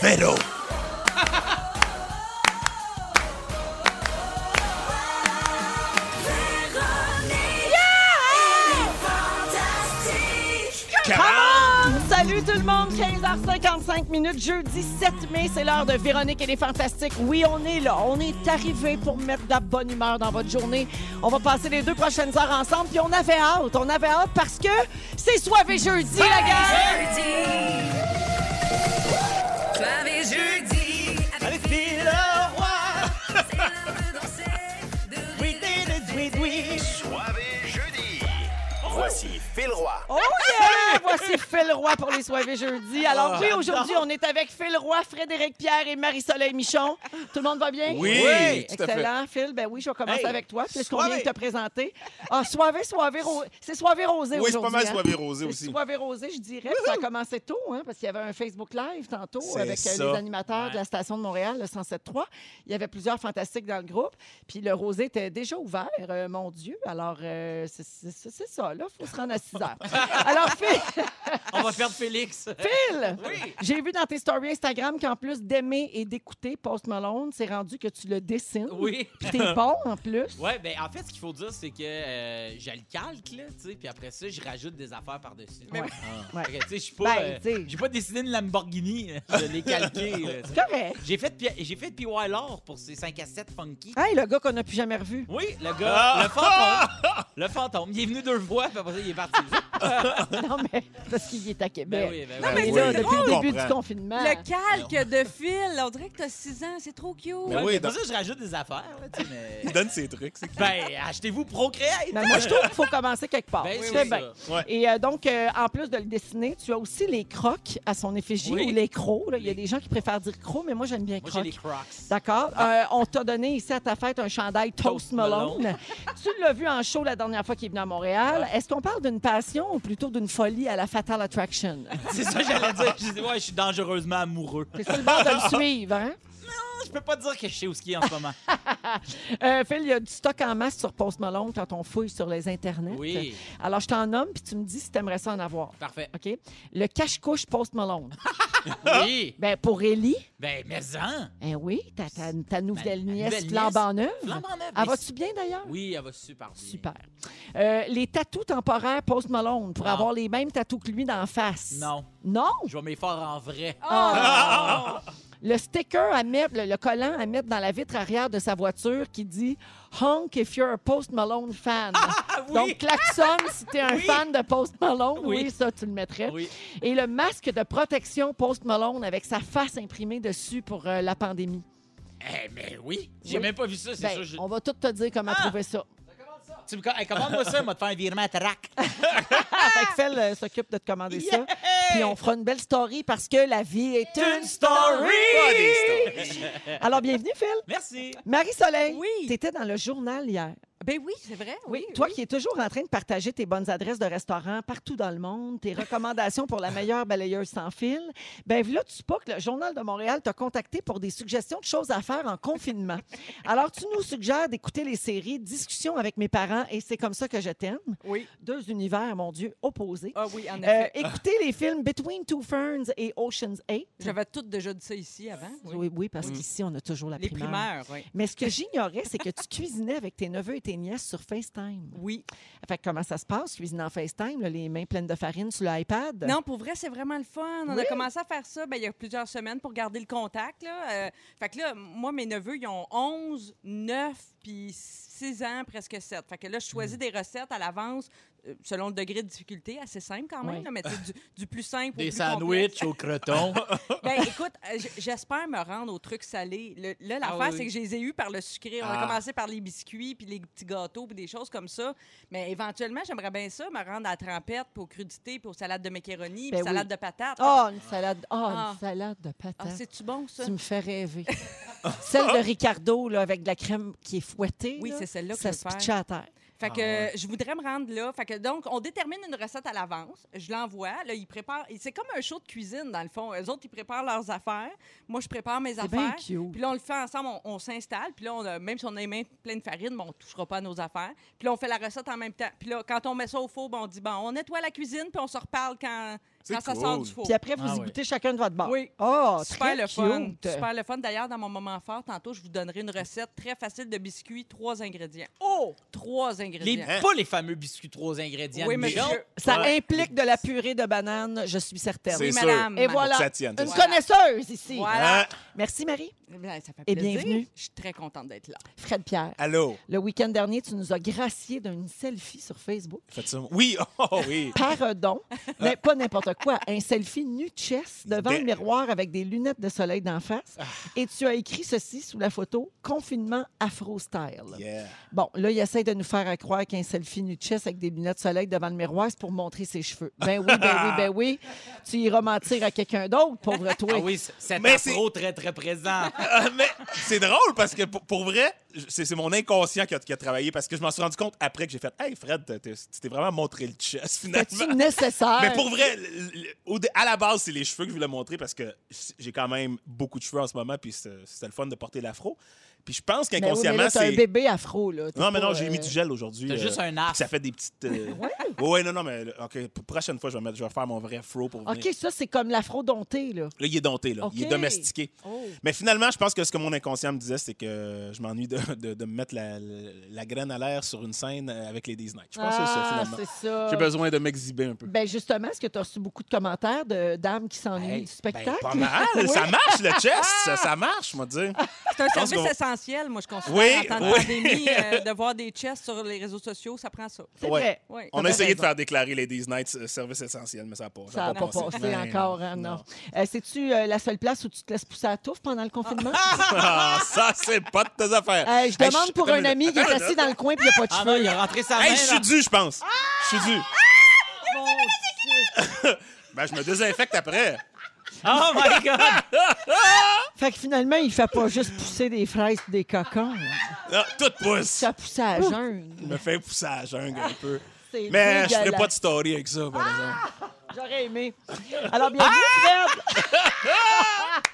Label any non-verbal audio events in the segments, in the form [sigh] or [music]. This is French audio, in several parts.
pédo. Comment? Salut tout le monde, 15h55 minutes, jeudi 7 mai, c'est l'heure de Véronique et les Fantastiques. Oui, on est là, on est arrivé pour mettre de la bonne humeur dans votre journée. On va passer les deux prochaines heures ensemble, puis on avait hâte, on avait hâte parce que c'est soivé jeudi, la gang! Allez, fille le roi. Oui, oui, oui. Soirée jeudi. Voici Phil Roy. Oh yeah! Voici Phil Roy pour les soirées jeudi. Ah. Alors oui, aujourd'hui, on est avec Phil Roy, Frédéric Pierre et Marie-Soleil Michon. Tout le monde va bien? Oui, tout à fait. Excellent, Phil. Ben oui, je vais commencer Hey, avec toi, puisqu'on vient de soirée. te présenter. Ah, soirée, soirée, ro- c'est soirée rosée Oui, c'est aujourd'hui. pas mal hein? soirée rosée C'est aussi. Soirée rosée, je dirais. Puis Ça a commencé tôt, hein, parce qu'il y avait un Facebook Live tantôt C'est avec euh, ça. les animateurs de la station de Montréal, le 107.3. Il y avait plusieurs fantastiques dans le groupe. Puis le rosé était déjà ouvert, euh, mon Dieu. Alors, euh, c'est- c'est c'est- c'est ça, là. Il faut se rendre à 6 [laughs] heures. Alors, Phil, [laughs] On va perdre Félix. Phil, j'ai vu dans tes stories Instagram qu'en plus d'aimer et d'écouter Post Malone, c'est rendu que tu le dessines. [laughs] Oui. Puis t'es bon, en [laughs] plus. Ouais, ben en fait, ce qu'il faut dire, c'est que euh, je le calque, là, tu sais, puis après ça, je rajoute des affaires par-dessus. Ouais. Ah. Fait que, tu sais, je suis pas. Ben, euh, tu sais. j'ai pas dessiné une [laughs] Lamborghini, euh, je l'ai calqué. là, tu sais. Correct. J'ai fait, Pi- j'ai fait PY Laure pour ses 5 à 7 funky. Hey, le gars qu'on n'a plus jamais revu. Oui, le gars, Ah! Ah. le fantôme. le fantôme. Il est venu deux fois, puis après ça, il est parti. [laughs] Non, mais parce qu'il est à Québec. ben oui, ben Non, oui. mais Et c'est là, drôle. depuis le Je début du comprends. confinement. Le calque de Phil, on dirait que t'as 6 ans, c'est trop Mais cute. Ouais, Ben oui, mais dans- pour ça, je rajoute des affaires, là, tu sais, [laughs] mais- [laughs] Il donne ses trucs. c'est- Ben, achetez-vous Procreate. Mais Ben, moi, je trouve qu'il faut commencer quelque part. Ben, Tu c'est fais ça. bien. Ouais. Et euh, donc, euh, en plus de le dessiner, tu as aussi les crocs à son effigie Oui. ou les crocs. là. Il y a des gens qui préfèrent dire crocs, mais moi, j'aime bien Moi, j'ai crocs. les [laughs] Crocs. Ah. D'accord. Euh, on t'a donné ici à ta fête un chandail Toast Toast Malone. Malone. [laughs] tu l'as vu en show la dernière fois qu'il est venu à Montréal. Est-ce qu'on parle d'une passion ou plutôt d'une folie à la Fatal Attraction? C'est ça que j'allais dire. Je dis, ouais, je suis dangereusement amoureux. C'est sur le bord de le [laughs] suivre, hein? Je peux pas dire que je sais où ski en ce [laughs] moment. Euh, Phil, il y a du stock en masse sur Post Malone quand on fouille sur les internets. Oui, Alors, je t'en nomme, puis tu me dis si t'aimerais ça en avoir. parfait. OK? Le cache-couche Post Malone. [laughs] Oui, Ben, pour Ellie, ben, mais en. ben oui, ta, ta- ta nouvelle Ma- ma nièce Ben, nouvelle flambe nièce. en Flambe œuvre. en neuf, Elle mais- va-tu bien d'ailleurs? Oui, elle va super bien. Super. Euh, les tatous temporaires Post Malone pour Non. avoir les mêmes tatous que lui d'en face. Non, Non? je vais m'efforcer en vrai. Ah! Le sticker à mettre, le, le collant à mettre dans la vitre arrière de sa voiture qui dit Honk if you're a Post Malone fan. Ah oui! Donc, klaxonne si t'es un fan de Post Malone. Oui. Oui. ça, tu le mettrais. Ah oui. Et le masque de protection Post Malone avec sa face imprimée dessus pour euh, la pandémie. Eh, mais oui. J'ai Oui. même pas vu ça, c'est Ben, sûr. je- On va tout te dire comment Ah! trouver ça. Tu me com- hey, commande-moi ça, on va te faire un virement [laughs] à trac. Ah! Fait que Phil euh, s'occupe de te commander ça. Puis on fera une belle story parce que la vie est une Ah, story. des stories. Alors, bienvenue, Phil. Merci. Marie-Soleil, Oui. t'étais dans le journal hier. Ben oui, c'est vrai. Oui, Toi qui es toujours en train de partager tes bonnes adresses de restaurants partout dans le monde, tes [laughs] recommandations pour la meilleure balayeuse sans fil. Ben là, tu sais pas que le Journal de Montréal t'a contacté pour des suggestions de choses à faire [laughs] en confinement. Alors, tu nous suggères d'écouter les séries Discussion avec mes parents et C'est comme ça que je t'aime. Oui. Deux univers, mon Dieu, opposés. Ah oui, en Euh, effet. écoutez les films Between Two Ferns et Ocean's 8. J'avais tout déjà dit ça ici avant. Oui, oui. Mm. oui, parce qu'ici, on a toujours la Les primeur. primaires, oui. [laughs] Mais ce que j'ignorais, c'est que tu cuisinais avec tes neveux et tes nièces sur FaceTime. Oui. Fait que comment ça se passe, cuisiner en FaceTime, là, les mains pleines de farine sur l'iPad? Non, pour vrai, c'est vraiment le fun. On a commencé à faire ça ben, il y a plusieurs semaines pour garder le contact. Là. Euh, fait que là, moi, mes neveux, ils ont 11, 9, puis 6 ans, presque 7. Fait que là, je Mm. choisis des recettes à l'avance euh, selon le degré de difficulté, assez simple quand même, Oui. là, mais tu sais, du, du plus simple au Des plus complexe. sandwichs au croton. Ben, écoute, euh, j- j'espère me rendre aux trucs salés. Le- là, Ah l'affaire, oui. c'est que je les ai eus par le sucré. On a Ah. commencé par les biscuits, puis les petits gâteaux, puis des choses comme ça. Mais éventuellement, j'aimerais bien ça, me rendre à la trempette, puis aux crudités, puis aux salades de macaroni, Ben puis oui. salades de patates. Oh, une salade, oh, Ah. une salade de patates. Ah, c'est-tu bon, ça? tu me fais rêver. [laughs] Celle de Ricardo, là, avec de la crème qui est fouettée. Oui, là, c'est celle-là que ça je veux se faire. pitchait à terre. Fait Ah que ouais. euh, je voudrais me rendre là. Fait que donc, on détermine une recette à l'avance. Je l'envoie. Là, ils préparent. et C'est comme un show de cuisine, dans le fond. Eux autres, ils préparent leurs affaires. Moi, je prépare mes C'est bien affaires. Puis cute. là, on le fait ensemble, on, on s'installe. Puis là, on a- même si on a les mains pleines de farine, bon, on ne touchera pas à nos affaires. Puis là, on fait la recette en même temps. Puis là, quand on met ça au four, ben, on dit, bon, on nettoie la cuisine, puis on se reparle quand, C'est quand ça sort cool. du four. Puis après, vous Ah y oui. goûtez chacun de votre bord. Oui. Oh, Super très le fun. cute. Super le fun. D'ailleurs, dans mon moment fort, tantôt, je vous donnerai une recette très facile de biscuits, trois ingrédients. Oh! Trois Les, ingrédients. pas les fameux biscuits trois ingrédients. Oui, mais monsieur. Ça Ouais. implique de la purée de banane, je suis certaine. C'est Oui, sûr. madame. Et voilà. Faut que ça tienne, Une ça. connaisseuse ici. Voilà. Hein? Merci, Marie. Eh bien, ça fait Et plaisir. bienvenue. Je suis très contente d'être là. Fred Pierre, Allô? le week-end dernier, tu nous as gracié d'une selfie sur Facebook. Faites ça. Oui, [laughs] oh oui. [laughs] Pardon, mais pas n'importe quoi. Un selfie nu-chess devant Ben- le miroir avec des lunettes de soleil d'en Ah. face. Et tu as écrit ceci sous la photo Confinement Afro-style. Yeah. Bon, là, il essaie de nous faire à croire qu'un selfie nu-chess avec des lunettes de soleil devant le miroir, c'est pour montrer ses cheveux. Ben oui, ben oui, ben [laughs] oui. Tu iras mentir à quelqu'un d'autre, pauvre toi. Ah oui, c- cet Mais afro très, très présent. Ah, mais c'est drôle parce que pour, pour vrai, c'est c'est mon inconscient qui a, qui a travaillé parce que je m'en suis rendu compte après que j'ai fait Hey Fred, t'as- t'as- tu t'es vraiment montré le chest C'est-tu finalement. nécessaire? Ben Mais pour vrai, le- le- au dé- à la base, c'est les cheveux que je voulais montrer parce que j'ai quand même beaucoup de cheveux en ce moment, puis c'est- c'était le fun de porter l'afro. Puis je pense Mais Ben oui, mais qu'inconsciemment, là, t'as c'est. un bébé afro, là. T'es Non, mais pas, non, j'ai euh, mis du gel aujourd'hui. euh, T'as juste un puis arc. Ça fait des petites. euh, ouais. ouais, non, non, mais OK, pour- prochaine fois, je vais, mettre, je vais faire mon vrai fro pour venir. OK, ça, c'est comme l'afro dompté, là. Là, il est dompté, là. Il est OK. domestiqué. Mais finalement, je pense que ce que mon inconscient me disait, c'est que je m'ennuie de, de, de me mettre la, la graine à l'air sur une scène avec les Days Night. Je pense que c'est ça, Ah, finalement. c'est ça. J'ai besoin de m'exhiber un peu. Ben justement, est-ce que tu as reçu beaucoup de commentaires de dames qui s'ennuient Hey, du spectacle? ben, pas [laughs] mal. Ça marche, le chest. ça, ça marche, moi, dire. Ah, C'est un pense service qu'on- essentiel, moi, je considère. Oui, en temps de oui. pandémie, [laughs] euh, de voir des chests sur les réseaux sociaux, ça prend ça. C'est Ouais. vrai. Oui. On t'as a essayé raison. de faire déclarer les Days Night euh, service essentiel, mais ça n'a pas, Ben, Ça n'a pas passé encore, hein, non. Euh, C'est-tu euh, la seule place où tu te laisses pousser à la touffe pendant le confinement? [laughs] Ah, ça, c'est pas de tes affaires. Euh, je Hey, demande suis- pour Attends un une ami qui minute. est assis dans le coin et il n'y a pas de Ah non, cheveux. il a rentré sa main. Hey, je suis là. dû, je pense. Ah! Je suis dû. Mon Dieu. Ben, je me désinfecte après. Oh [laughs] my God! Fait que finalement, il ne fait pas juste pousser des fraises et des Non, cocons. Ah, tout pousse. Ça pousse à jeun. Je me fais pousser à la jungle un peu. C'est Mais je ferai dégueulasse. pas de story avec ça, par exemple. J'aurais aimé. Alors, bienvenue, Ah! [laughs] Fred.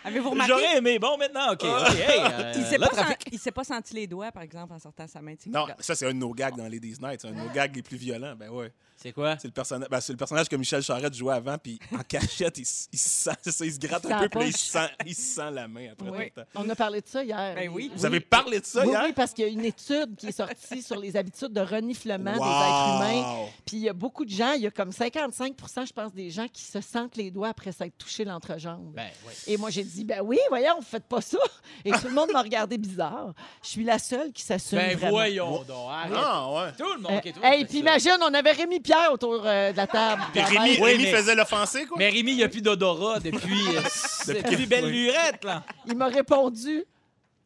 Avez-vous remarqué? Euh, J'aurais aimé. Bon, maintenant, OK. ok, hey, euh, Il s'est là, pas, sen- trafic. il s'est pas senti les doigts, par exemple, en sortant sa main. de ses Non, culottes. ça, c'est un de nos gags dans les Days Night. C'est un de nos gags les plus violents. Ben ouais. C'est quoi? C'est le, personnage- ben, c'est le personnage que Michel Charette jouait avant, puis en cachette, il, s- il se sent, c'est ça, il se gratte Il un sent peu, puis là, il pas. se sent, il se sent la main après Oui. tout le temps. On a parlé de ça hier. Ben oui. Vous avez parlé de ça oui, hier? oui, parce qu'il y a une étude qui est sortie sur les habitudes de reniflement des Wow! êtres humains. Puis il y a beaucoup de gens, il y a comme 55 je pense, des gens qui se sentent les doigts après s'être touché l'entrejambe. Ben, oui. Et moi, j'ai dit, ben oui, voyons, faites pas ça. Et tout le monde m'a regardé bizarre. Je suis la seule qui s'assume Ben, vraiment. voyons donc. Arrête. Ah, ouais. Tout le Euh, monde qui est hey, puis imagine, on avait Rémi Pierre autour euh, de la table. Puis Quand Rémi, même, Oui, Rémi mais- faisait l'offensé, quoi. Mais Rémi, il n'y a plus d'odorat depuis, euh, depuis belle lurette, là. Il m'a répondu,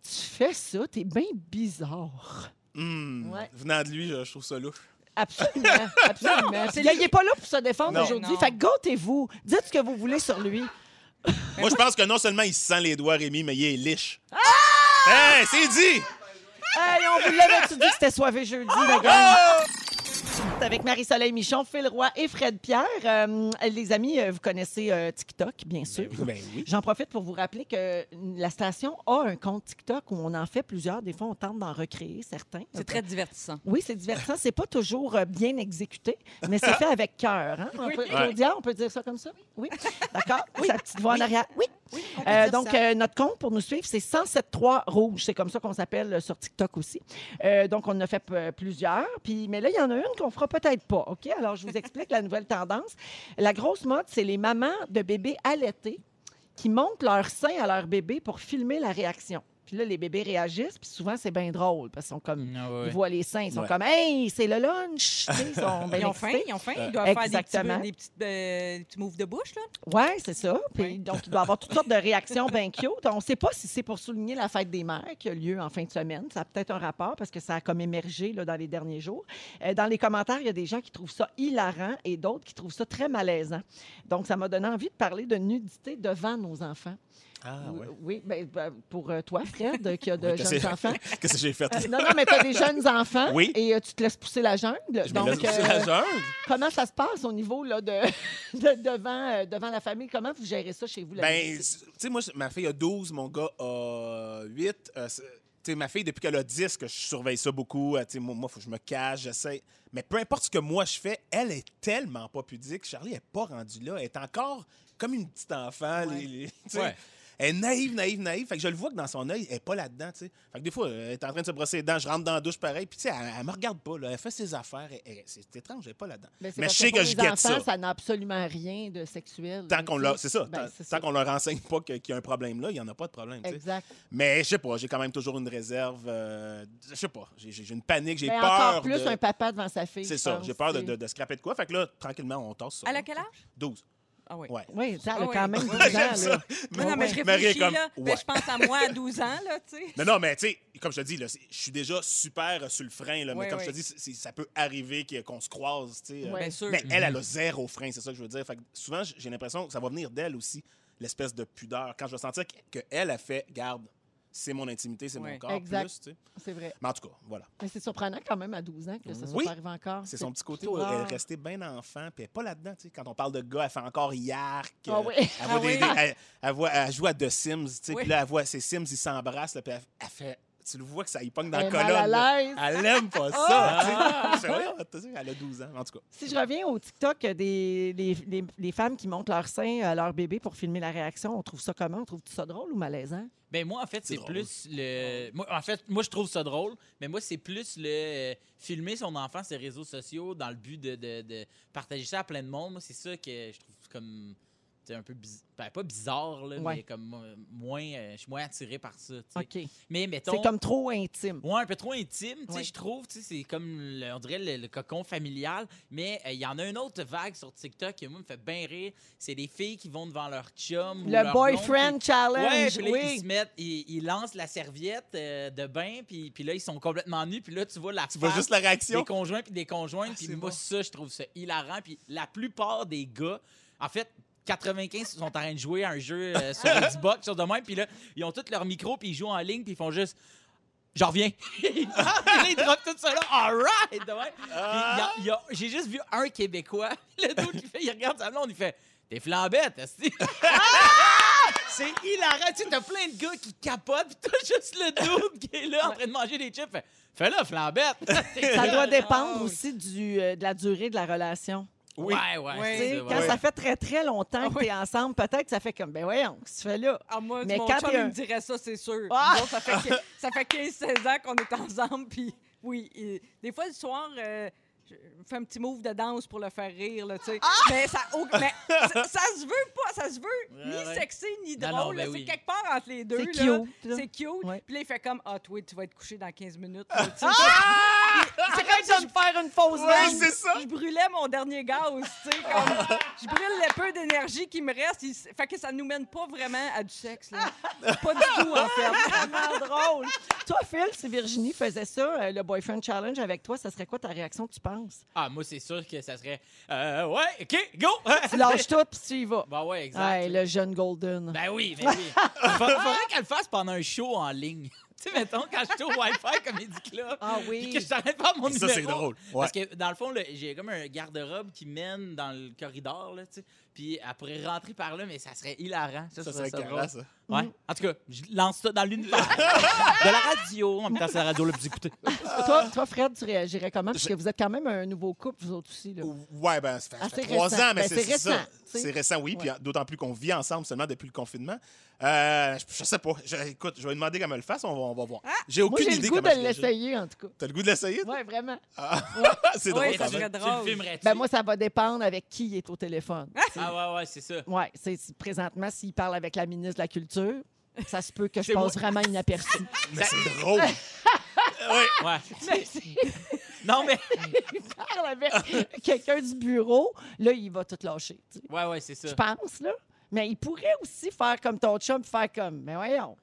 tu fais ça, t'es bien bizarre. Hmm. Ouais. Venant de lui, je, je trouve ça louche. Absolument, absolument. Puis, Il n'est pas là pour se défendre Non. aujourd'hui. Non. Fait que gâtez-vous. Dites ce que vous voulez sur lui. Moi, je pense que non seulement il se sent les doigts, Rémi, mais il est liche. Hey, c'est dit! Hey, on [laughs] vous l'avait dit que c'était soivé jeudi, la gang. Avec Marie-Soleil Michon, Phil Roy et Fred Pierre. Euh, les amis, euh, vous connaissez euh, TikTok, bien sûr. Ben oui. J'en profite pour vous rappeler que la station a un compte TikTok où on en fait plusieurs. Des fois, on tente d'en recréer certains. C'est très divertissant. Oui, c'est divertissant. C'est pas toujours euh, bien exécuté, mais c'est fait avec cœur. Hein? On peut- Claudia, on peut dire ça comme ça? Oui. D'accord. Sa petite voix en arrière. Oui. Euh, donc, euh, notre compte pour nous suivre, c'est 1073 Rouge. C'est comme ça qu'on s'appelle euh, sur TikTok aussi. Euh, donc, on en a fait euh, plusieurs. Puis, mais là, il y en a une qu'on fera peut-être pas. OK? Alors, je vous explique la nouvelle tendance. La grosse mode, c'est les mamans de bébés allaités qui montrent leur sein à leur bébé pour filmer la réaction. Puis là, les bébés réagissent, puis souvent, c'est bien drôle parce qu'ils sont comme ils voient les seins, ils sont Ouais. comme Hey, c'est le [laughs] lunch! Tu sais, ils sont bien Ils ont faim, excités. ils ont faim. Euh, Ils doivent Exactement. faire des petits, euh, des petits moves de bouche, là. Ouais, c'est ça. Puis, Donc, il doit avoir toutes sortes de [laughs] réactions bien cute. On ne sait pas si c'est pour souligner la fête des mères qui a lieu en fin de semaine. Ça a peut-être un rapport parce que ça a comme émergé là, dans les derniers jours. Euh, dans les commentaires, il y a des gens qui trouvent ça hilarant et d'autres qui trouvent ça très malaisant. Donc, ça m'a donné envie de parler de nudité devant nos enfants. Ah, ouais. Oui, ben, ben, pour euh, toi, Fred, euh, qui a de Oui, [laughs] jeunes enfants. Qu'est-ce que j'ai fait? là? Non, non, mais tu as des jeunes enfants Oui. et euh, tu te laisses pousser la jungle. Je me Donc, laisse pousser euh, la jungle. Comment ça se passe au niveau là, de, [laughs] de- devant, euh, devant la famille? Comment vous gérez ça chez vous? la Ben, musique? euh, tu sais, moi, ma fille a 12, mon gars a 8. tu sais, ma fille, depuis qu'elle a 10, que je surveille ça beaucoup, euh, tu sais, moi, il faut que je me cache, j'essaie. Mais peu importe ce que moi je fais, elle est tellement pas pudique. Charlie n'est pas rendue là. Elle est encore comme une petite enfant. les- les- tu sais. Ouais. Elle est naïve, naïve, naïve. Fait que je le vois que dans son œil, elle n'est pas là-dedans. tu sais. Fait que des fois, elle est en train de se brosser les dents, je rentre dans la douche pareil, puis tu sais, elle, elle me regarde pas. là. Elle fait ses affaires. Elle- elle- c'est étrange, elle n'est pas là-dedans. Mais, Ben, c'est Mais parce je sais pour que je les guette enfants, ça. ça n'a absolument rien de sexuel. Tant qu'on leur, c'est ça, Ben, tant, c'est ça. tant qu'on leur enseigne pas que- qu'il y a un problème là, il y en a pas de problème. tu sais. Exact. Mais je sais pas, j'ai quand même toujours une réserve. euh, je sais pas, j'ai- j'ai j'ai une panique, j'ai Mais peur. Ben, encore plus de- un papa devant sa fille. C'est je ça, pense, j'ai peur de, tu sais. de, de scraper de quoi. Fait que là, tranquillement, on tasse ça. Elle a quel âge? 12. Ah oui. Ouais. Oui, ça, elle a Ah oui. quand même 12 ans. [laughs] J'aime ça. là. Mais non, mais je Ouais. [laughs] Marie est réfléchis, comme, là. ouais. Ben, je pense à moi à 12 ans, là, tu sais. Non, non, mais tu sais, comme je te dis, là, c'est- je suis déjà super euh, sur le frein, là, mais Ouais, comme je ouais. te dis, c'est- c'est- ça peut arriver qu'il- qu'on se croise, tu sais. euh, Ouais. Bien sûr. Mais elle, elle a zéro frein, c'est ça que je veux dire. Fait que souvent, j- j'ai l'impression que ça va venir d'elle aussi, l'espèce de pudeur. Quand je vais sentir qu'elle a fait, garde, c'est mon intimité, c'est mon Ouais. corps, Exact. plus, tu sais. C'est vrai. Mais en tout cas, voilà. Mais c'est surprenant quand même à 12 ans que ça soit Oui. pas arrivé encore. C'est son petit côté plutôt où elle rare. est restée bien enfant, puis elle est pas là-dedans. tu sais. Quand on parle de gars, elle fait encore Yark. Ah euh, oui. Elle, voit Ah des- oui. des- elle- elle voit- elle joue à The Sims, tu sais, Oui. puis là, elle voit ses Sims, ils s'embrassent, là, puis elle, elle fait. Tu le vois que ça y pogne dans la Elle est colonne. mal à là. l'aise. Elle aime pas ça. tu sais. Je fais, Ouais, t'as vu, elle a 12 ans, en tout cas. Si je reviens au TikTok euh, des les, les- les femmes qui montent leur sein à leur bébé pour filmer la réaction, on trouve ça comment? On trouve ça drôle ou malaisant? Ben moi, en fait, C'est c'est drôle. plus le. Moi, en fait, moi, je trouve ça drôle, mais moi, c'est plus le euh, filmer son enfant sur les réseaux sociaux dans le but de, de- de partager ça à plein de monde. Moi, c'est ça que je trouve comme. C'est un peu biz- ben, pas bizarre, là, Ouais. mais comme euh, moins. euh, je suis moins attiré par ça. tu sais. OK. Mais mettons. C'est comme trop intime. Ouais, un peu trop intime, tu sais, Ouais. je trouve, tu sais, c'est comme, le- on dirait, le, le cocon familial, mais euh, il y en a une autre vague sur TikTok qui, moi, me fait bien rire, c'est des filles qui vont devant leur chum ou Le leur blonde, boyfriend puis- Ouais, challenge, puis là, ils oui. se [laughs] mettent, ils, ils lancent la serviette euh, de bain, puis, puis là, ils sont complètement nus, puis là, tu vois la Tu vois face juste la réaction. des conjoints puis des conjointes, puis Ah, c'est moi, bon. ça, je trouve ça hilarant, puis la plupart des gars, en fait, 95 sont en train de jouer à un jeu euh, [laughs] sur Xbox, sur de même, puis là, ils ont tous leur micro, puis ils jouent en ligne, puis ils font juste... J'en reviens. [laughs] Ils partent, puis là, ils [laughs] droppent tout ça là. All right! de même. Ah! Puis il y a- il y a- J'ai juste vu un Québécois. [laughs] Le dos qui fait, il regarde sa blonde, il fait T'es flambette, esti. [laughs] C'est hilarant. Tu sais, t'as plein de gars qui capotent, pis t'as juste le double qui est là en train de manger des chips. Fait, Fais-le, flambette! [laughs] Ça doit Ah dépendre oui. aussi du, euh, de la durée de la relation. Oui. Ouais, ouais. Oui. Tu c'est sais, ça, ouais. Quand ça fait très, très longtemps que t'es ensemble, peut-être que ça fait comme, ben voyons, qu'est-ce que tu fais [laughs] là? Ah, moi, Mais mon quand chum, t'es il un- me dirait ça, c'est sûr. Ah! Nous autres, ça fait, que- ça fait 15-16 ans qu'on est ensemble, puis oui. il- Des fois, le soir, euh, je fais un petit move de danse pour le faire rire, là, tu Ah! sais. Mais, ça, au- mais ça, ça se veut pas, ça se veut Ouais, ouais. ni sexy ni Non, drôle. non, ben là. c'est oui. quelque part entre les deux. C'est là. cute, là. C'est cute. Ouais. Ah, Puis là, il fait comme, ah, toi, tu vas être couché dans 15 minutes. là, tu sais. Ah, C'est comme de me faire une fausse Ouais, vanne. c'est ça. Je brûlais mon dernier gaz, tu sais, comme je brûle le peu d'énergie qui me reste. il s- Fait que ça nous mène pas vraiment à du sexe, là. Pas du tout, en fait. Vraiment drôle. Toi, Phil, si Virginie faisait ça, euh, le boyfriend challenge avec toi, ça serait quoi ta réaction, tu penses? Ah, moi, c'est sûr que ça serait. Euh, ouais, OK, go! Tu lâches tout, puis tu y vas. [laughs] Bah, ouais, exact. Ouais, le jeune Golden. Ben oui, ben [laughs] oui. Fa- Faudrait qu'elle le fasse pendant un show en ligne. [laughs] Tu sais, mettons, quand j'étais au Wi-Fi Comedy Club, Ah puis [laughs] oui. que je t'arrête pas mon Ça, numéro. c'est drôle. Parce que, dans le fond, là, j'ai comme un garde-robe qui mène dans le corridor, là, tu sais. Puis elle pourrait rentrer par là, mais ça serait hilarant. Ça, Ça ça serait ça carré, drôle. ça. Ouais. En tout cas, je lance ça dans l'univers de la radio. En même temps, c'est la radio, là, vous écoutez. Ben, Toi, toi, Fred, tu réagirais comment? Parce que vous êtes quand même un nouveau couple, vous autres aussi. Là. Ouais, ben, ça fait, ça Assez fait trois récent. ans, mais Ben, c'est c'est c'est ça. récent, tu sais. C'est récent, oui, puis Ouais. d'autant plus qu'on vit ensemble seulement depuis le confinement. Euh, je, je sais pas. Je- écoute, je vais lui demander qu'elle me le fasse, on va, on va voir. J'ai Ah! Moi, aucune j'ai idée le goût comment de je réagirais. l'essayer, en tout cas. T'as le goût de l'essayer? toi? Oui, vraiment. c'est drôle, Ouais, Mais quand ça tu- même. serait tu le drôle. filmerais-tu? Ben, moi, ça va dépendre avec qui est au téléphone. Ah, ouais, ouais, c'est ça. Oui, c'est c'est- présentement, s'il parle avec la ministre de la Culture, ça se peut que je C'est passe vraiment inaperçu. Mais c'est drôle. oui, Ouais. Ben, Mais s'il [laughs] Non, mais. parle avec quelqu'un du bureau, là, il va tout lâcher. tu sais. Ouais, ouais, c'est ça. Je pense, là. Mais il pourrait aussi faire comme ton chum, faire comme. Mais voyons.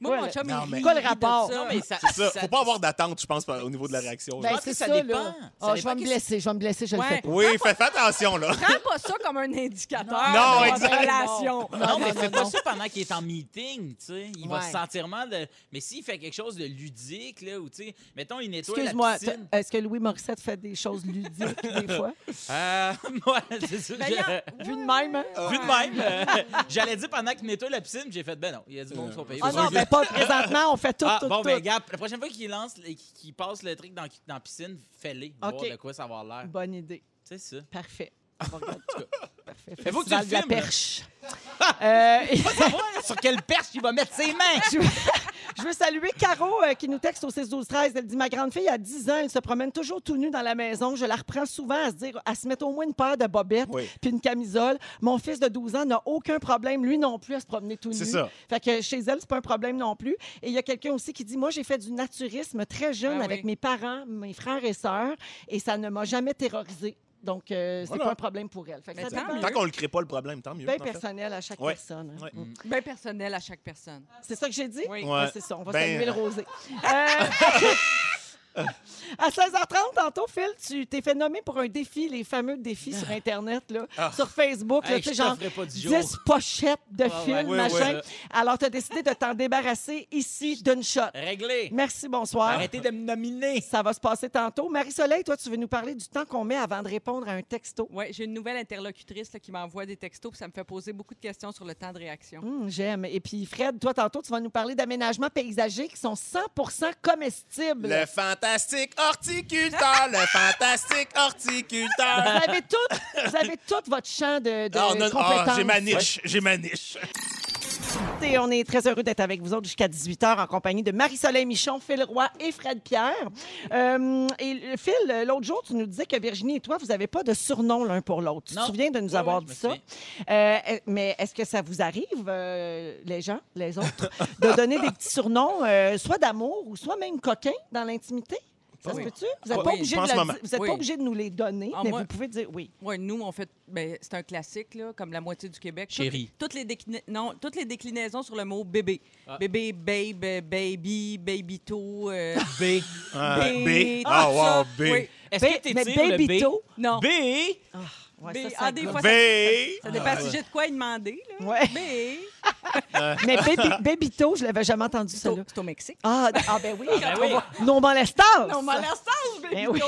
Moi, mon Quoi, chum, Non, il mais- rit Quoi, le de rapport? ça. Non, mais ça. c'est ça. Faut pas avoir d'attente, je pense, par- au niveau de la réaction. là. Ben, pense c'est que ça, ça là. dépend. Ça Ah, je dépend vais me qu'est-ce- blesser, je vais me blesser, je le Ouais. fais pas. Oui, fais, fais attention, [laughs] là. Prends pas ça comme un indicateur Non, de exact. votre relation. Non, mais non, fais non, pas non. ça pendant qu'il est en meeting, tu sais. Il va Ouais. se sentir mal. de- Mais s'il fait quelque chose de ludique, là, ou tu sais, mettons, il nettoie Excuse-moi, la piscine. t- est-ce que Louis Morissette fait des choses ludiques [laughs] des fois? Euh, [laughs] moi, c'est ça. Ben, je- non. Vu de même, hein? [laughs] Vu de même, euh, j'allais dire pendant qu'il nettoie la piscine, j'ai fait, ben non, il y a du monde qui sont payés. Ah pour ça. non, ben pas présentement. On fait tout, Ah, tout, bon, tout. ben, regarde, la prochaine fois qu'il lance, qu'il qu'il passe le truc dans, dans la piscine, fais-les. OK. Voir de quoi ça va avoir l'air. Bonne idée. C'est ça. [laughs] Parfait. Parfait. Mais faut que tu Festival le de la filmes, là. perche. Euh, [laughs] et- Sur quelle perche il va mettre ses mains? je, veux, je veux saluer Caro euh, qui nous texte au 6 12 13 Elle dit Ma grande fille a 10 ans, elle se promène toujours tout nue dans la maison. Je la reprends souvent à se dire à se mettre au moins une paire de bobettes Oui. puis une camisole. Mon fils de 12 ans n'a aucun problème, lui non plus, à se promener tout nu. C'est ça. Fait que chez elle, c'est pas un problème non plus. Et il y a quelqu'un aussi qui dit Moi, j'ai fait du naturisme très jeune Ah oui. avec mes parents, mes frères et sœurs, et ça ne m'a jamais terrorisée. Donc, euh, c'est Voilà. pas un problème pour elle. Fait que Mais ça tant dépend. mieux. Tant qu'on le crée pas, le problème, tant mieux. Bien en fait. personnel à chaque Ouais. personne. hein. Ouais. Bien personnel à chaque personne. C'est ça que j'ai dit? Oui. Ouais. Ah, c'est ça, on va Ben, s'allumer le rosé. Euh, [laughs] À 16h30, tantôt, Phil, tu t'es fait nommer pour un défi, les fameux défis sur Internet, là, Ah. sur Facebook. là, Hey, tu sais, je genre t'offrais pas du jour. 10 pochettes de Ah, films, ouais. Oui, machin. oui. Alors, tu as décidé de t'en débarrasser ici d'une shot. Eh. Réglé. Merci, bonsoir. Arrêtez de me nominer. Ça va se passer tantôt. Marie-Soleil, toi, tu veux nous parler du temps qu'on met avant de répondre à un texto. Oui, j'ai une nouvelle interlocutrice là, qui m'envoie des textos, puis ça me fait poser beaucoup de questions sur le temps de réaction. Hum, J'aime. Et puis, Fred, toi, tantôt, tu vas nous parler d'aménagements paysagers qui sont 100 comestibles. Le fantastique horticulteur, le fantastique horticulteur. [laughs] Vous avez tout, vous avez tout votre champ de, de Ah, non, ah, compétences. j'ai ma niche, j'ai ma niche. Et on est très heureux d'être avec vous autres jusqu'à 18h en compagnie de Marie-Soleil Michon, Phil Roy et Fred Pierre. Euh, et euh, Phil, euh, l'autre jour, tu nous disais que Virginie et toi, vous n'avez pas de surnom l'un pour l'autre. Tu te Non. souviens de nous Oui, avoir oui, je dit me ça? Euh, est- mais est-ce que ça vous arrive, euh, les gens, les autres, de donner des petits surnoms, euh, soit d'amour ou soit même coquin dans l'intimité? Ça se Oui. peut-tu? Vous n'êtes Ah pas, oui. obligé En de ce le moment. dire- vous êtes Oui. pas obligé de nous les donner, Ah, mais moi- vous pouvez dire oui. Ouais, nous, on fait. Ben, c'est un classique, là, comme la moitié du Québec. Tout- Chérie. toutes, les déclina- non, toutes les déclinaisons sur le mot bébé. Ah. Bébé, babe, euh, baby, baby to. euh, B. Ah, B, B. tout Ah, ça. wow, B. Oui. Est-ce Ba- que t'es mais le Baby B? Toe, Non. B. ouais, B- ça, ça ah, des gosse. fois, ça, B. ça dépend si j'ai de quoi y demander. Là. Ouais. B. Mais Baby, Bébito, je l'avais jamais entendu C'est ça. au, là. c'est au Mexique. Ah, d- ah, ben oui. Ah, ben oui. Non molestance. Non, mais la sauce, Ben bébé. oui.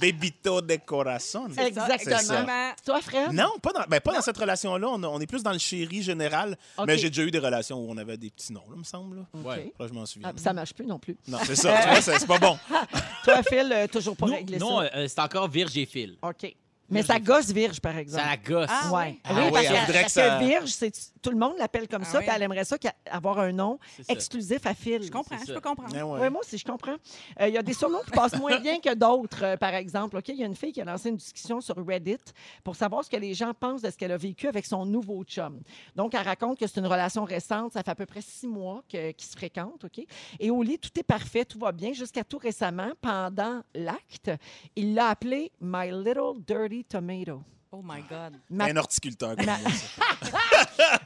Bébito de corazón. [laughs] Exactement. C'est ça. Toi, frère? Non, pas dans, ben, pas dans cette relation-là. On, a- on est plus dans le chéri général. OK. Mais j'ai déjà eu des relations où on avait des petits noms, là, me semble. Là, OK. Ouais. Là, je m'en souviens. Ah, ça marche plus non plus. Non, c'est ça. tu vois, c'est c'est pas bon. [laughs] Toi, Phil, euh, toujours pas Nous- réglé non, ça. euh, c'est encore Virge et Phil. OK. Mais ça gosse Virge, par exemple. Ça la gosse. Ah, ouais. Ah oui, oui, parce, elle que- voudrait que parce ça- que Virge, c'est- tout le monde l'appelle comme Ah ça, oui. puis elle aimerait ça qu'a- avoir un nom C'est ça. exclusif à Phil. Je comprends, C'est je ça. peux comprendre. Eh ouais. Oui, moi aussi, je comprends. Euh, Il y a des surnoms qui passent moins bien que d'autres, euh, par exemple. OK, Il y a une fille qui a lancé une discussion sur Reddit pour savoir ce que les gens pensent de ce qu'elle a vécu avec son nouveau chum. Donc, elle raconte que c'est une relation récente. Ça fait à peu près six mois que- qu'ils se fréquentent. OK? Et au lit, tout est parfait, tout va bien. Jusqu'à tout récemment, pendant l'acte, il l'a appelée « My little dirty tomato Oh my God. ». Ma, [laughs] Un horticulteur. comme moi, ça.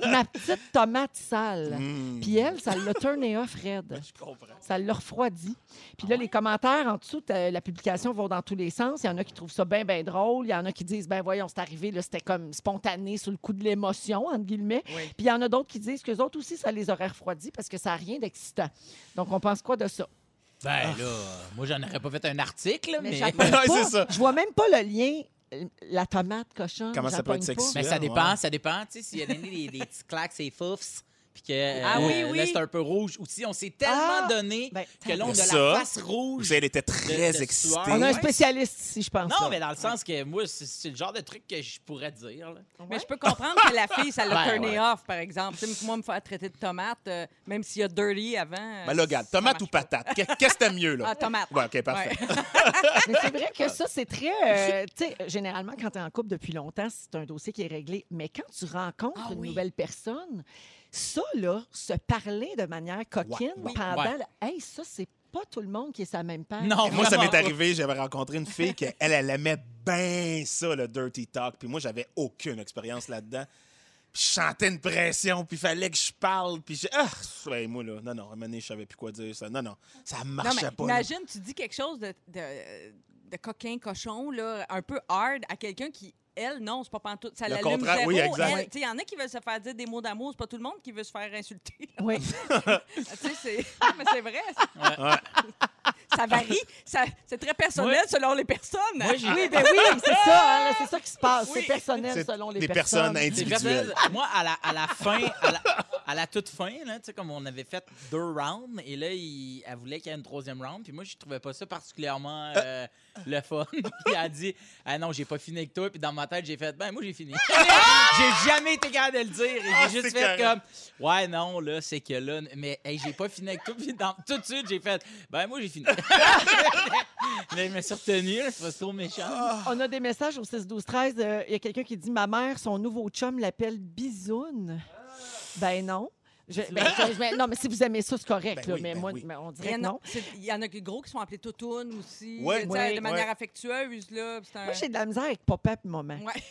ma petite tomate sale. Hmm. Puis elle, ça l'a turné off raide. Je comprends. Ça le refroidit. Ah Puis là, les commentaires en dessous de la publication vont dans tous les sens. Il y en a qui trouvent ça bien, bien drôle. Il y en a qui disent, ben voyons, c'est arrivé, là, c'était comme spontané, sous le coup de l'émotion, entre guillemets. Oui. Puis il y en a d'autres qui disent que autres aussi, ça les aurait refroidis parce que ça n'a rien d'excitant. Donc, on pense quoi [laughs] de ça? Ah. Ben là, euh, moi, j'en aurais pas fait un article, mais, j'appuie mais, Ouais, pas. c'est ça. Je vois même pas le lien, euh, la tomate cochon. Comment ça peut être sexuel? Ben, ça Ouais. dépend, ça dépend. Tu sais, s'il y a donné des, des petits claques, ses foufs, puis que euh, Ah oui, là, oui. c'est un peu rouge. Aussi, on s'est tellement Ah! donné Ben, que l'on a Ça. la face Vous rouge. savez, elle était De- très de excitée. sueur. On a un Ouais. spécialiste ici, je pense. Non, là. mais dans le sens que moi, c'est- c'est le genre de truc que je pourrais dire. là. Mais je peux comprendre que la fille, ça [laughs] l'a Ben Ouais, turné ouais. off, par exemple. Tu sais, moi, me faire traiter de tomate, euh, même s'il y a dirty avant. euh, Ben là, regarde, tomate ça ou patate? Qu'est- Qu'est-ce que t'aimes mieux, là? Ah, tomate. Ouais, OK, parfait. [laughs] marche. Ouais. Mais c'est vrai que ça, c'est très. euh, tu sais, généralement, quand tu es en couple depuis longtemps, c'est un dossier qui est réglé. Mais quand tu rencontres Ah une oui. nouvelle personne, ça, là, se parler de manière coquine ouais, pendant. ouais. le- Hey, ça, c'est pas tout le monde qui est sa même page. Non, Moi, ça vraiment m'est pas. arrivé, j'avais rencontré une fille qui, elle, elle aimait bien ça, le dirty talk. Puis moi, j'avais aucune expérience là-dedans. Puis je sentais une pression, puis il fallait que je parle. Puis je... Ah, ouais, moi, là, non, non, à un moment donné, je savais plus quoi dire. Ça. Non, non, ça Non, marchait mais pas. là. imagine, tu dis quelque chose de, de, de coquin, cochon, là, un peu hard à quelqu'un qui, elle, non, c'est pas pantoute. Ça Le l'allume contraire, zéro. oui, exact. Elle, tu sais, Il y en a qui veulent se faire dire des mots d'amour. C'est pas tout le monde qui veut se faire insulter. Oui. [laughs] [laughs] tu sais, c'est... Non, mais c'est vrai. ça. Ouais. Ça ça varie. Ça- c'est très personnel selon les personnes. Oui, ben oui, c'est ça, hein, c'est ça qui se passe. Oui. C'est personnel C'est selon les des personnes. personnes C'est individuelles. personnel. Moi, à la, à la fin, à la, à la toute fin, là, tu sais, comme on avait fait deux rounds, et là, il- elle voulait qu'il y ait une troisième round, puis moi, je trouvais pas ça particulièrement euh, le fun. [laughs] puis elle a dit, ah non, j'ai pas fini avec toi, puis dans ma tête, j'ai fait, ben moi, [laughs] j'ai fini. j'ai jamais été capable de le dire, et Ah, j'ai juste c'est fait correct. comme, ouais, non, là, c'est que là, mais hey, j'ai pas fini avec toi, puis dans- tout de suite, j'ai fait, ben moi, j'ai fini. [laughs] mais je me suis retenu, là, c'est pas trop méchant. Ah. On a des messages au 6 12 13, il y a quelqu'un qui dit ma mère son nouveau chum l'appelle Bisoune. Ben non. Je- ben, je- ben, non, mais si vous aimez ça, c'est correct. Ben là, oui, mais ben moi, oui. mais on dirait Il y, que en a, non. c'est- il y en a que gros qui sont appelés Totoun aussi, Ouais, tu sais, ouais, de manière ouais. affectueuse. Là, c'est un- Moi, j'ai de la misère avec papa et maman. Ouais. [laughs]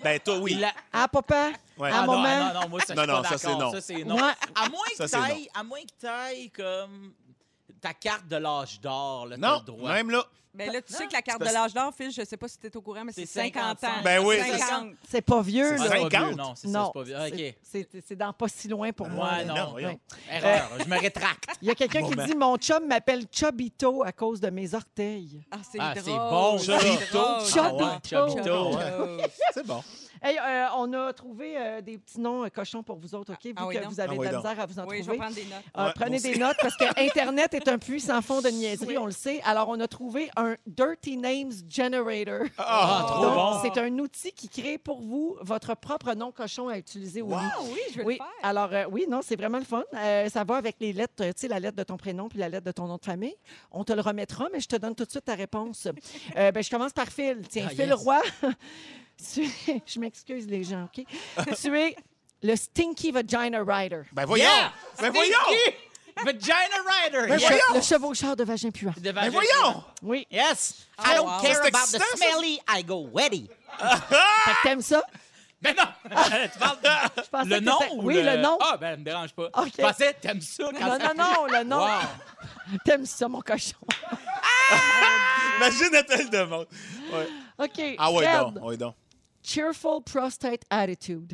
Ben, toi, oui. Il a- Ah, papa? Ouais. Ah, Ah mon non, mère. ah non, non, moi, ça, Non, je suis non, pas ça, c'est d'accord. non. Ça, c'est non. Moi- À moins que Ça, c'est non. t'ailles- à moins que t'ailles comme ta carte de l'âge d'or, là, t'as Non, le droit. même là. Ben là, tu sais que la carte de parce- l'âge d'or, Phil, je sais pas si tu es au courant, mais c'est 50 ans. Ben oui. 50. C'est pas vieux, C'est là. pas vieux, 50? Non, c'est ça, Non. c'est pas vieux. Ah, OK. C'est c'est dans pas si loin pour moi. là. Ouais, non. Ah, voyons. Ouais. Erreur, je me rétracte. Il y a quelqu'un qui Moment. dit Mon chum m'appelle Chobito à cause de mes orteils. Ah, c'est Ah, drôle. c'est bon, c'est Chapiteau. drôle. Chapiteau. ouais, Chapiteau. Chapiteau. [laughs] C'est bon. Hey, euh, on a trouvé euh, des petits noms euh, cochons pour vous autres, OK? Vu Ah oui, que donc. vous avez Ah de oui, la donc. misère à vous en Oui, je vais trouver. prendre des notes. Euh, Ouais, prenez moi des aussi. notes parce que Internet est un puits sans fond de niaiserie, on le sait. Alors, on a trouvé un Dirty Names Generator. Ah, Ah, trop Donc, bon. c'est un outil qui crée pour vous votre propre nom cochon à utiliser au Wow. lit. Ah oui, je vais Oui, le faire. alors euh, oui, non, c'est vraiment le fun. Euh, ça va avec les lettres, euh, tu sais, la lettre de ton prénom puis la lettre de ton nom de famille. On te le remettra, mais je te donne tout de suite ta [laughs] réponse. Euh, ben, je commence par Phil. Tiens, Ah, Phil yes. Roy, [laughs] tu- je m'excuse les gens, [laughs] OK? tu es le Stinky Vagina Rider. Ben, voyons. Yeah! Ben, voyons. Vagina Rider! Le, yes! che- le chevaucheur de vagin puant. De Ben, vagina- voyons. Oui. Yes! Oh, I don't wow. care Ça, c'est about the excitant, ça. smelly, I go wetty. Fait que t'aimes ça? Ben [laughs] non! tu parles de- Je pensais le que nom t'étais- ou Oui, le nom. Ah, ben, elle me dérange pas. OK. Je pensais, t'aimes ça quand Non, non, non, le nom. Wow. [laughs] T'aimes ça, mon cochon. Imagine, elle de monde. Ouais. OK. Ah, ouais, Fred, donc. Ouais, donc. Cheerful prostate attitude.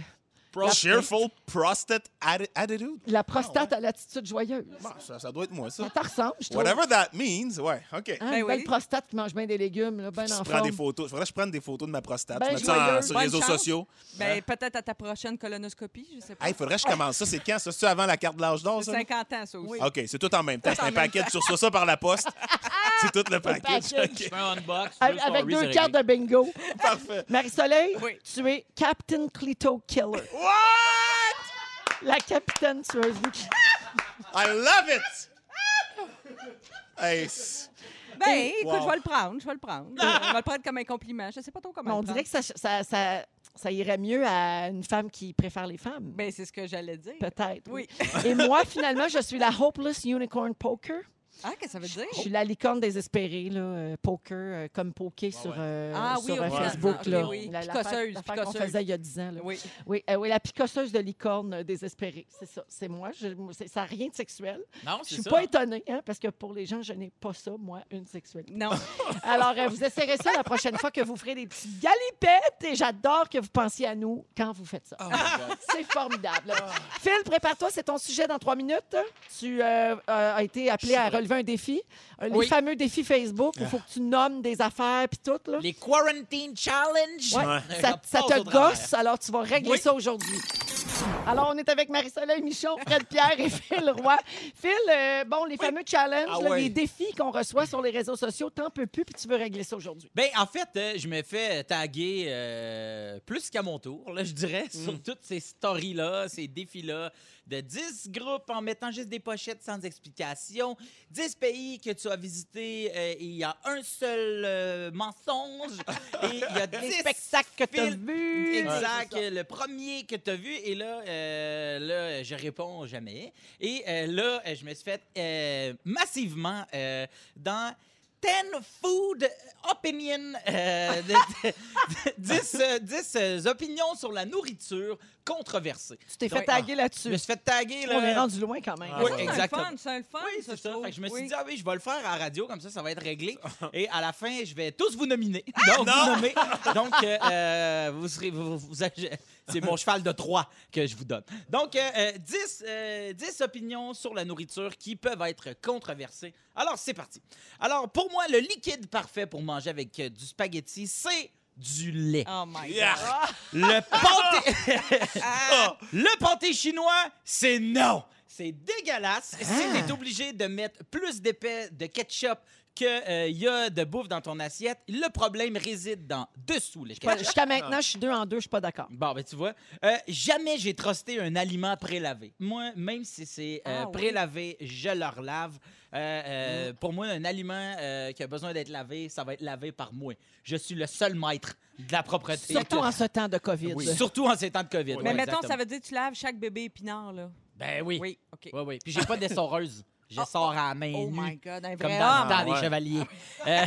Pro- Cheerful prostate atti- attitude. La prostate Ah à l'attitude joyeuse. Bon, ça, ça doit être moi, ça. Ça te ressemble, je trouve. Whatever that means. Ouais, OK. Hein, Ben une belle oui. prostate qui mange bien des légumes, là, ben Je en prends forme. des photos. Faudrait que je prenne des photos de ma prostate. Ben, je mette ça en- joyeux. sur Bonne les réseaux chance. sociaux. Hein? Ben, peut-être à ta prochaine colonoscopie, je sais pas. Hey, faudrait que je commence ça. C'est quand? Ça, c'est avant la carte de l'âge d'or, C'est ça? Ah, 50 ans, ça aussi. OK, c'est tout en même temps. Tout C'est en un même paquet. Tu reçois ça par la poste. c'est tout le package. package. Je OK. fais un unbox. Avec deux avec stories, deux c'est cartes de bingo. [laughs] Parfait. Marie-Soleil, Oui. tu es Captain Clito Killer. What? La capitaine tueuse. Oh I love it! Hey, c'est- Ben, écoute, Wow. je vais le prendre, je vais le prendre. je vais le prendre comme un compliment. Je sais pas trop Mais comment Ah! on le prendre. dirait que ça, ça, ça, ça irait mieux à une femme qui préfère les femmes. Ben, c'est ce que j'allais dire. Peut-être. Oui. Et moi, finalement, je suis la Hopeless Unicorn Poker. Ah, qu'est-ce que ça veut dire? Je suis la licorne désespérée, là, euh, poker, euh, comme poker sur, euh, Ah oui, sur euh, ok, Facebook. d'accord. Là. Oui, oui. La- l'affaire- Picosseuse, l'affaire qu'on picosseuse. faisait il y a 10 ans. là. Oui. Oui, euh, oui, la picosseuse de licorne euh, désespérée. C'est ça, c'est moi. Je, moi, c'est- ça n'a rien de sexuel. Non, Je c'est suis ça. pas étonnée, hein, parce que pour les gens, je n'ai pas ça, moi, une sexualité. [laughs] Non. Alors, euh, vous essayerez ça la prochaine fois que vous ferez des petites galipettes et j'adore que vous pensiez à nous quand vous faites ça. [laughs] c'est formidable. Phil, prépare-toi, c'est ton sujet dans trois minutes. Tu euh, euh, as été appelé à relever un défi, Euh, les Oui. fameux défis Facebook où il faut que tu nommes des affaires puis tout. Là. Les Quarantine Challenge. Ouais. Euh, Ça, j'en ça passe te au travers. gosse, alors tu vas régler Oui. ça aujourd'hui. Alors, on est avec Marie-Soleil Michon, Fred Pierre et Phil Roy. Phil, euh, bon, les fameux challenges, Ah là, ouais. les défis qu'on reçoit sur les réseaux sociaux, t'en peux plus, puis tu veux régler ça aujourd'hui. Ben, en fait, euh, je me fais taguer euh, plus qu'à mon tour, là, je dirais, Mm. sur toutes ces stories-là, ces défis-là, de 10 groupes en mettant juste des pochettes sans explication, 10 pays que tu as visités euh, et il y a un seul euh, [laughs] mensonge, et il y a 10 Les spectacles que t'as films- vus. Exact, Ouais. le premier que tu as vu. Et là, euh, là, je réponds jamais. Et euh, là, je me suis fait euh, massivement euh, dans 10 Food Opinion, [laughs] euh, de- de- 10, euh, 10, euh, opinions sur la nourriture controversées. Tu t'es fait Ouais. euh, taguer Je là-dessus. me suis fait taguer. Là, On est rendu loin quand même. Ah, Oui, C'est un exactement. fun, c'est un fun, Oui, ça, c'est je ça. trouve. Fait que je me suis Oui. dit, ah oui, je vais le faire à la radio, comme ça, [laughs] ça va Ah, être réglé. Et à la fin, je vais tous vous nominer. Donc, vous nommer. Donc, euh, euh, vous serez. vous- vous- vous- c'est mon cheval de Troie que je vous donne. Donc, euh, euh, 10, euh, 10 opinions sur la nourriture qui peuvent être controversées Alors, c'est parti. Alors, pour moi, le liquide parfait pour manger avec euh, du spaghetti, c'est du lait. Oh my Yeah. God. Le [laughs] pâté... Ah. le pâté chinois, c'est non! Ah. C'est dégueulasse. Si t'es obligé de mettre plus d'épais de ketchup qu'il y a de bouffe dans ton assiette, le problème réside dans dessous les Que- Jusqu'à maintenant, je suis deux en deux, je suis pas d'accord. Bon, ben tu vois, euh, jamais j'ai trusté un aliment prélavé. Moi, même si c'est euh, Ah oui. prélavé, je le relave. Euh, euh, Pour moi, un aliment euh, qui a besoin d'être lavé, ça va être lavé par moi. Je suis le seul maître de la propreté. Surtout en ce temps de COVID. Oui. Surtout en ces temps de COVID. Mais ouais, mettons, exactement. ça veut dire que tu laves chaque bébé épinard, là. Ben oui. Oui, Oui, OK. oui. Puis j'ai pas d'essoreuse. Je sors à la main Oh nue, my God, un Comme vrai dans, homme. dans les ouais. chevaliers. [laughs] Euh,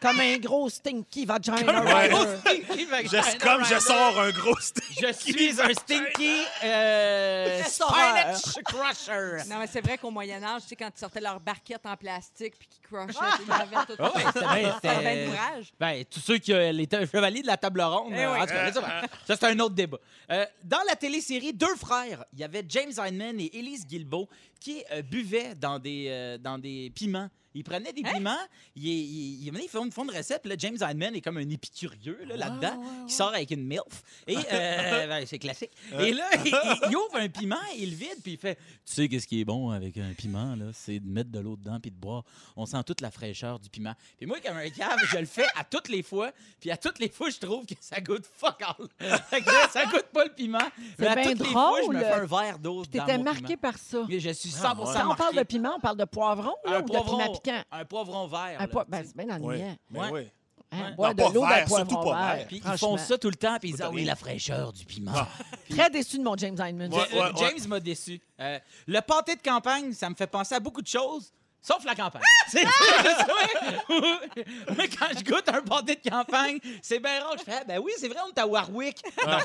Comme un gros stinky vagina. un gros rider. Je- comme je sors un gros [laughs] steak. Ah, Je suis un stinky euh, Essoreur. spinach crusher. Non, mais c'est vrai qu'au Moyen-Âge, tu sais, quand ils sortaient leurs barquettes en plastique puis qu'ils crushaient, Ah! ils lavaient tout Ouais, c'était C'était bien, c'était- bien d'ouvrage. Ben, tous ceux qui euh, les t- chevaliers de la table ronde. Eh euh, oui. en tout cas, ça, ben, ça, c'est un autre débat. Euh, dans la télésérie Deux frères, il y avait James Hyndman et Elise Guilbeault qui euh, buvaient dans des, euh, dans des piments. Ils prenaient Hein? des piments, ils, ils, ils- ils font, ils font une recette, puis là, James Hyndman est comme un épicurieux là, Ah, là-dedans, qui sort avec une MILF. Et [laughs] euh, ben, c'est classique. Et là, il, il ouvre un piment, il le vide, puis il fait Tu sais, qu'est-ce qui est bon avec un piment, là C'est de mettre de l'eau dedans, puis de boire. On sent toute la fraîcheur du piment. Puis moi, comme un cave, je le fais à toutes les fois, puis à toutes les fois, je trouve que ça goûte fuck all. Fait que là, ça goûte pas le piment. Mais à bien toutes les fois, je drôle. me fais un verre d'eau. dans T'étais mon marqué piment. par ça. Mais je suis 100 Quand on parle de marqué. piment, on parle de poivron là, un ou de piment poivron, piquant? un poivron vert. Un là, po- tu ben, sais. c'est bien Oui. ennuyant. Ouais. Ben oui. Hein, Ouais. Boire Non, de pas l'eau d'un vert, poivron surtout pas vert. vert. Puis ils franchement. font ça tout le temps, puis ils disent Goûte Ah à oui, rien. la fraîcheur du piment. Très déçu de mon James Hyndman. Ouais. Euh, James m'a déçu. Euh, le pâté de campagne, ça me fait penser à beaucoup de choses, sauf la campagne. Ah! C'est [laughs] Mais quand je goûte un pâté de campagne, c'est bien rare. que Je fais, Ah, ben oui, c'est vrai, on est à Warwick. Non.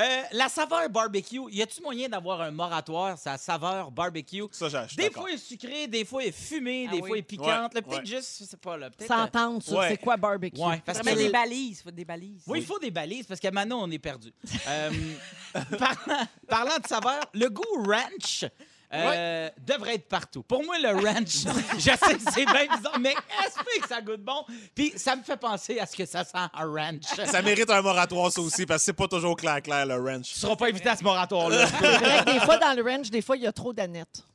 Euh, [laughs] la saveur barbecue, y a-tu moyen d'avoir un moratoire, sa saveur barbecue? Ça, je je suis Des d'accord. fois, elle est sucrée, des fois, elle est fumée, Ah des oui. fois, elle est piquante. Ouais, là, Peut-être ouais. juste, je sais pas, là. Peut-être. euh, S'entendre sur Ouais. c'est quoi barbecue. Ouais, parce Vraiment que- des balises, faut des balises. oui, il faut des balises parce qu'à Manon, on est perdu. Euh, [laughs] parlant, parlant de saveur, le goût ranch. euh, devrait être partout. Pour moi, le ranch, [laughs] je sais que c'est bien bizarre, mais est-ce que ça goûte bon? Puis ça me fait penser à ce que ça sent un ranch. Ça mérite un moratoire, ça aussi, parce que c'est pas toujours clair-clair, le ranch. Tu seras pas invité à [laughs] ce moratoire-là. C'est vrai que des fois, dans le ranch, des fois, il y a trop d'aneth.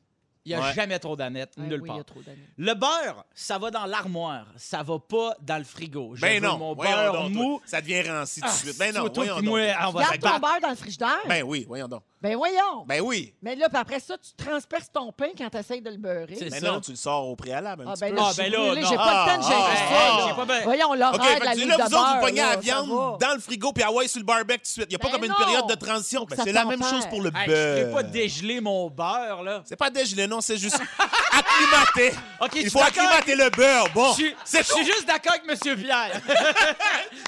Il n'y a Ouais. jamais trop d'aneth, Ouais, nulle oui, il y part. a trop d'aneth. Le beurre, ça va dans l'armoire, ça va pas dans le frigo. Je Ben veux non, mon voyons beurre donc, mou. Ah, toi. Ça devient ranci tout de suite. Ben non, toi, toi, voyons puis moi, donc. on va se Garde ton battre. beurre dans le frigidaire. Ben, Ben oui, voyons donc. voyons. Ben oui. Mais là, puis après ça, tu transperces ton pain quand tu essayes de le beurrer. C'est Mais ça. non, tu le sors au préalable un Ah, petit ben peu. là, Ah, je suis ben là, brûlée, non. j'ai pas le temps de gérer Ah, ça. ah, là. ah, j'ai pas ben- Voyons, l'horreur OK, fait de la que livre là, de vous autres, vous beurre, pognez là, la ça viande va. dans le frigo, puis ah ouais, sur le barbecue tout de suite. Il n'y a pas Ben comme une non. période de transition. Ben, Ça c'est la même s'entend. chose pour le Hey, beurre. je ne pas dégeler mon beurre, là. C'est pas dégelé, non, c'est juste [laughs] acclimater. Ok, je Il suis faut d'accord. acclimater le beurre. Bon, Je suis- c'est je suis juste d'accord avec M. [laughs] Vial. Tu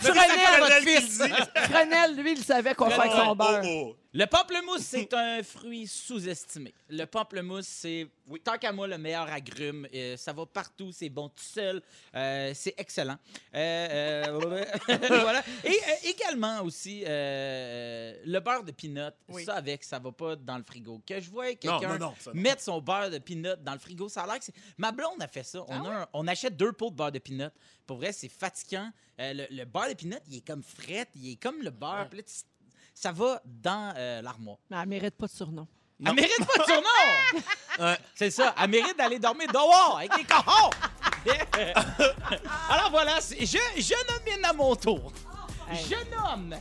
C'est relèves Colonel votre qui le fils. dit. Fresnel, lui, il savait quoi faire avec Oh, son beurre. oh, oh. Le pamplemousse, c'est un fruit sous-estimé. Le pamplemousse, c'est, oui, tant qu'à moi, le meilleur agrume. Euh, ça va partout, c'est bon tout seul. Euh, c'est excellent. Euh, euh, [laughs] voilà. Et euh, également aussi, euh, le beurre de peanut, Oui. ça avec, ça va pas dans le frigo. Que je vois Non, quelqu'un non, non, ça, non. mettre son beurre de peanut dans le frigo, ça a l'air que c'est... Ma blonde a fait ça. Ah On, a un- on achète deux pots de beurre de peanut. Pour vrai, c'est fatigant. Euh, le, le beurre de peanut, il est comme fret, il est comme le beurre. Puis là, tu- ça va dans euh, l'armoire. Mais elle mérite pas de surnom. Elle mérite pas de surnom! [laughs] Ouais. C'est ça, elle mérite d'aller dormir dehors avec les [laughs] cochons! Alors voilà, c'est- je, je nomine à mon tour. Je nomme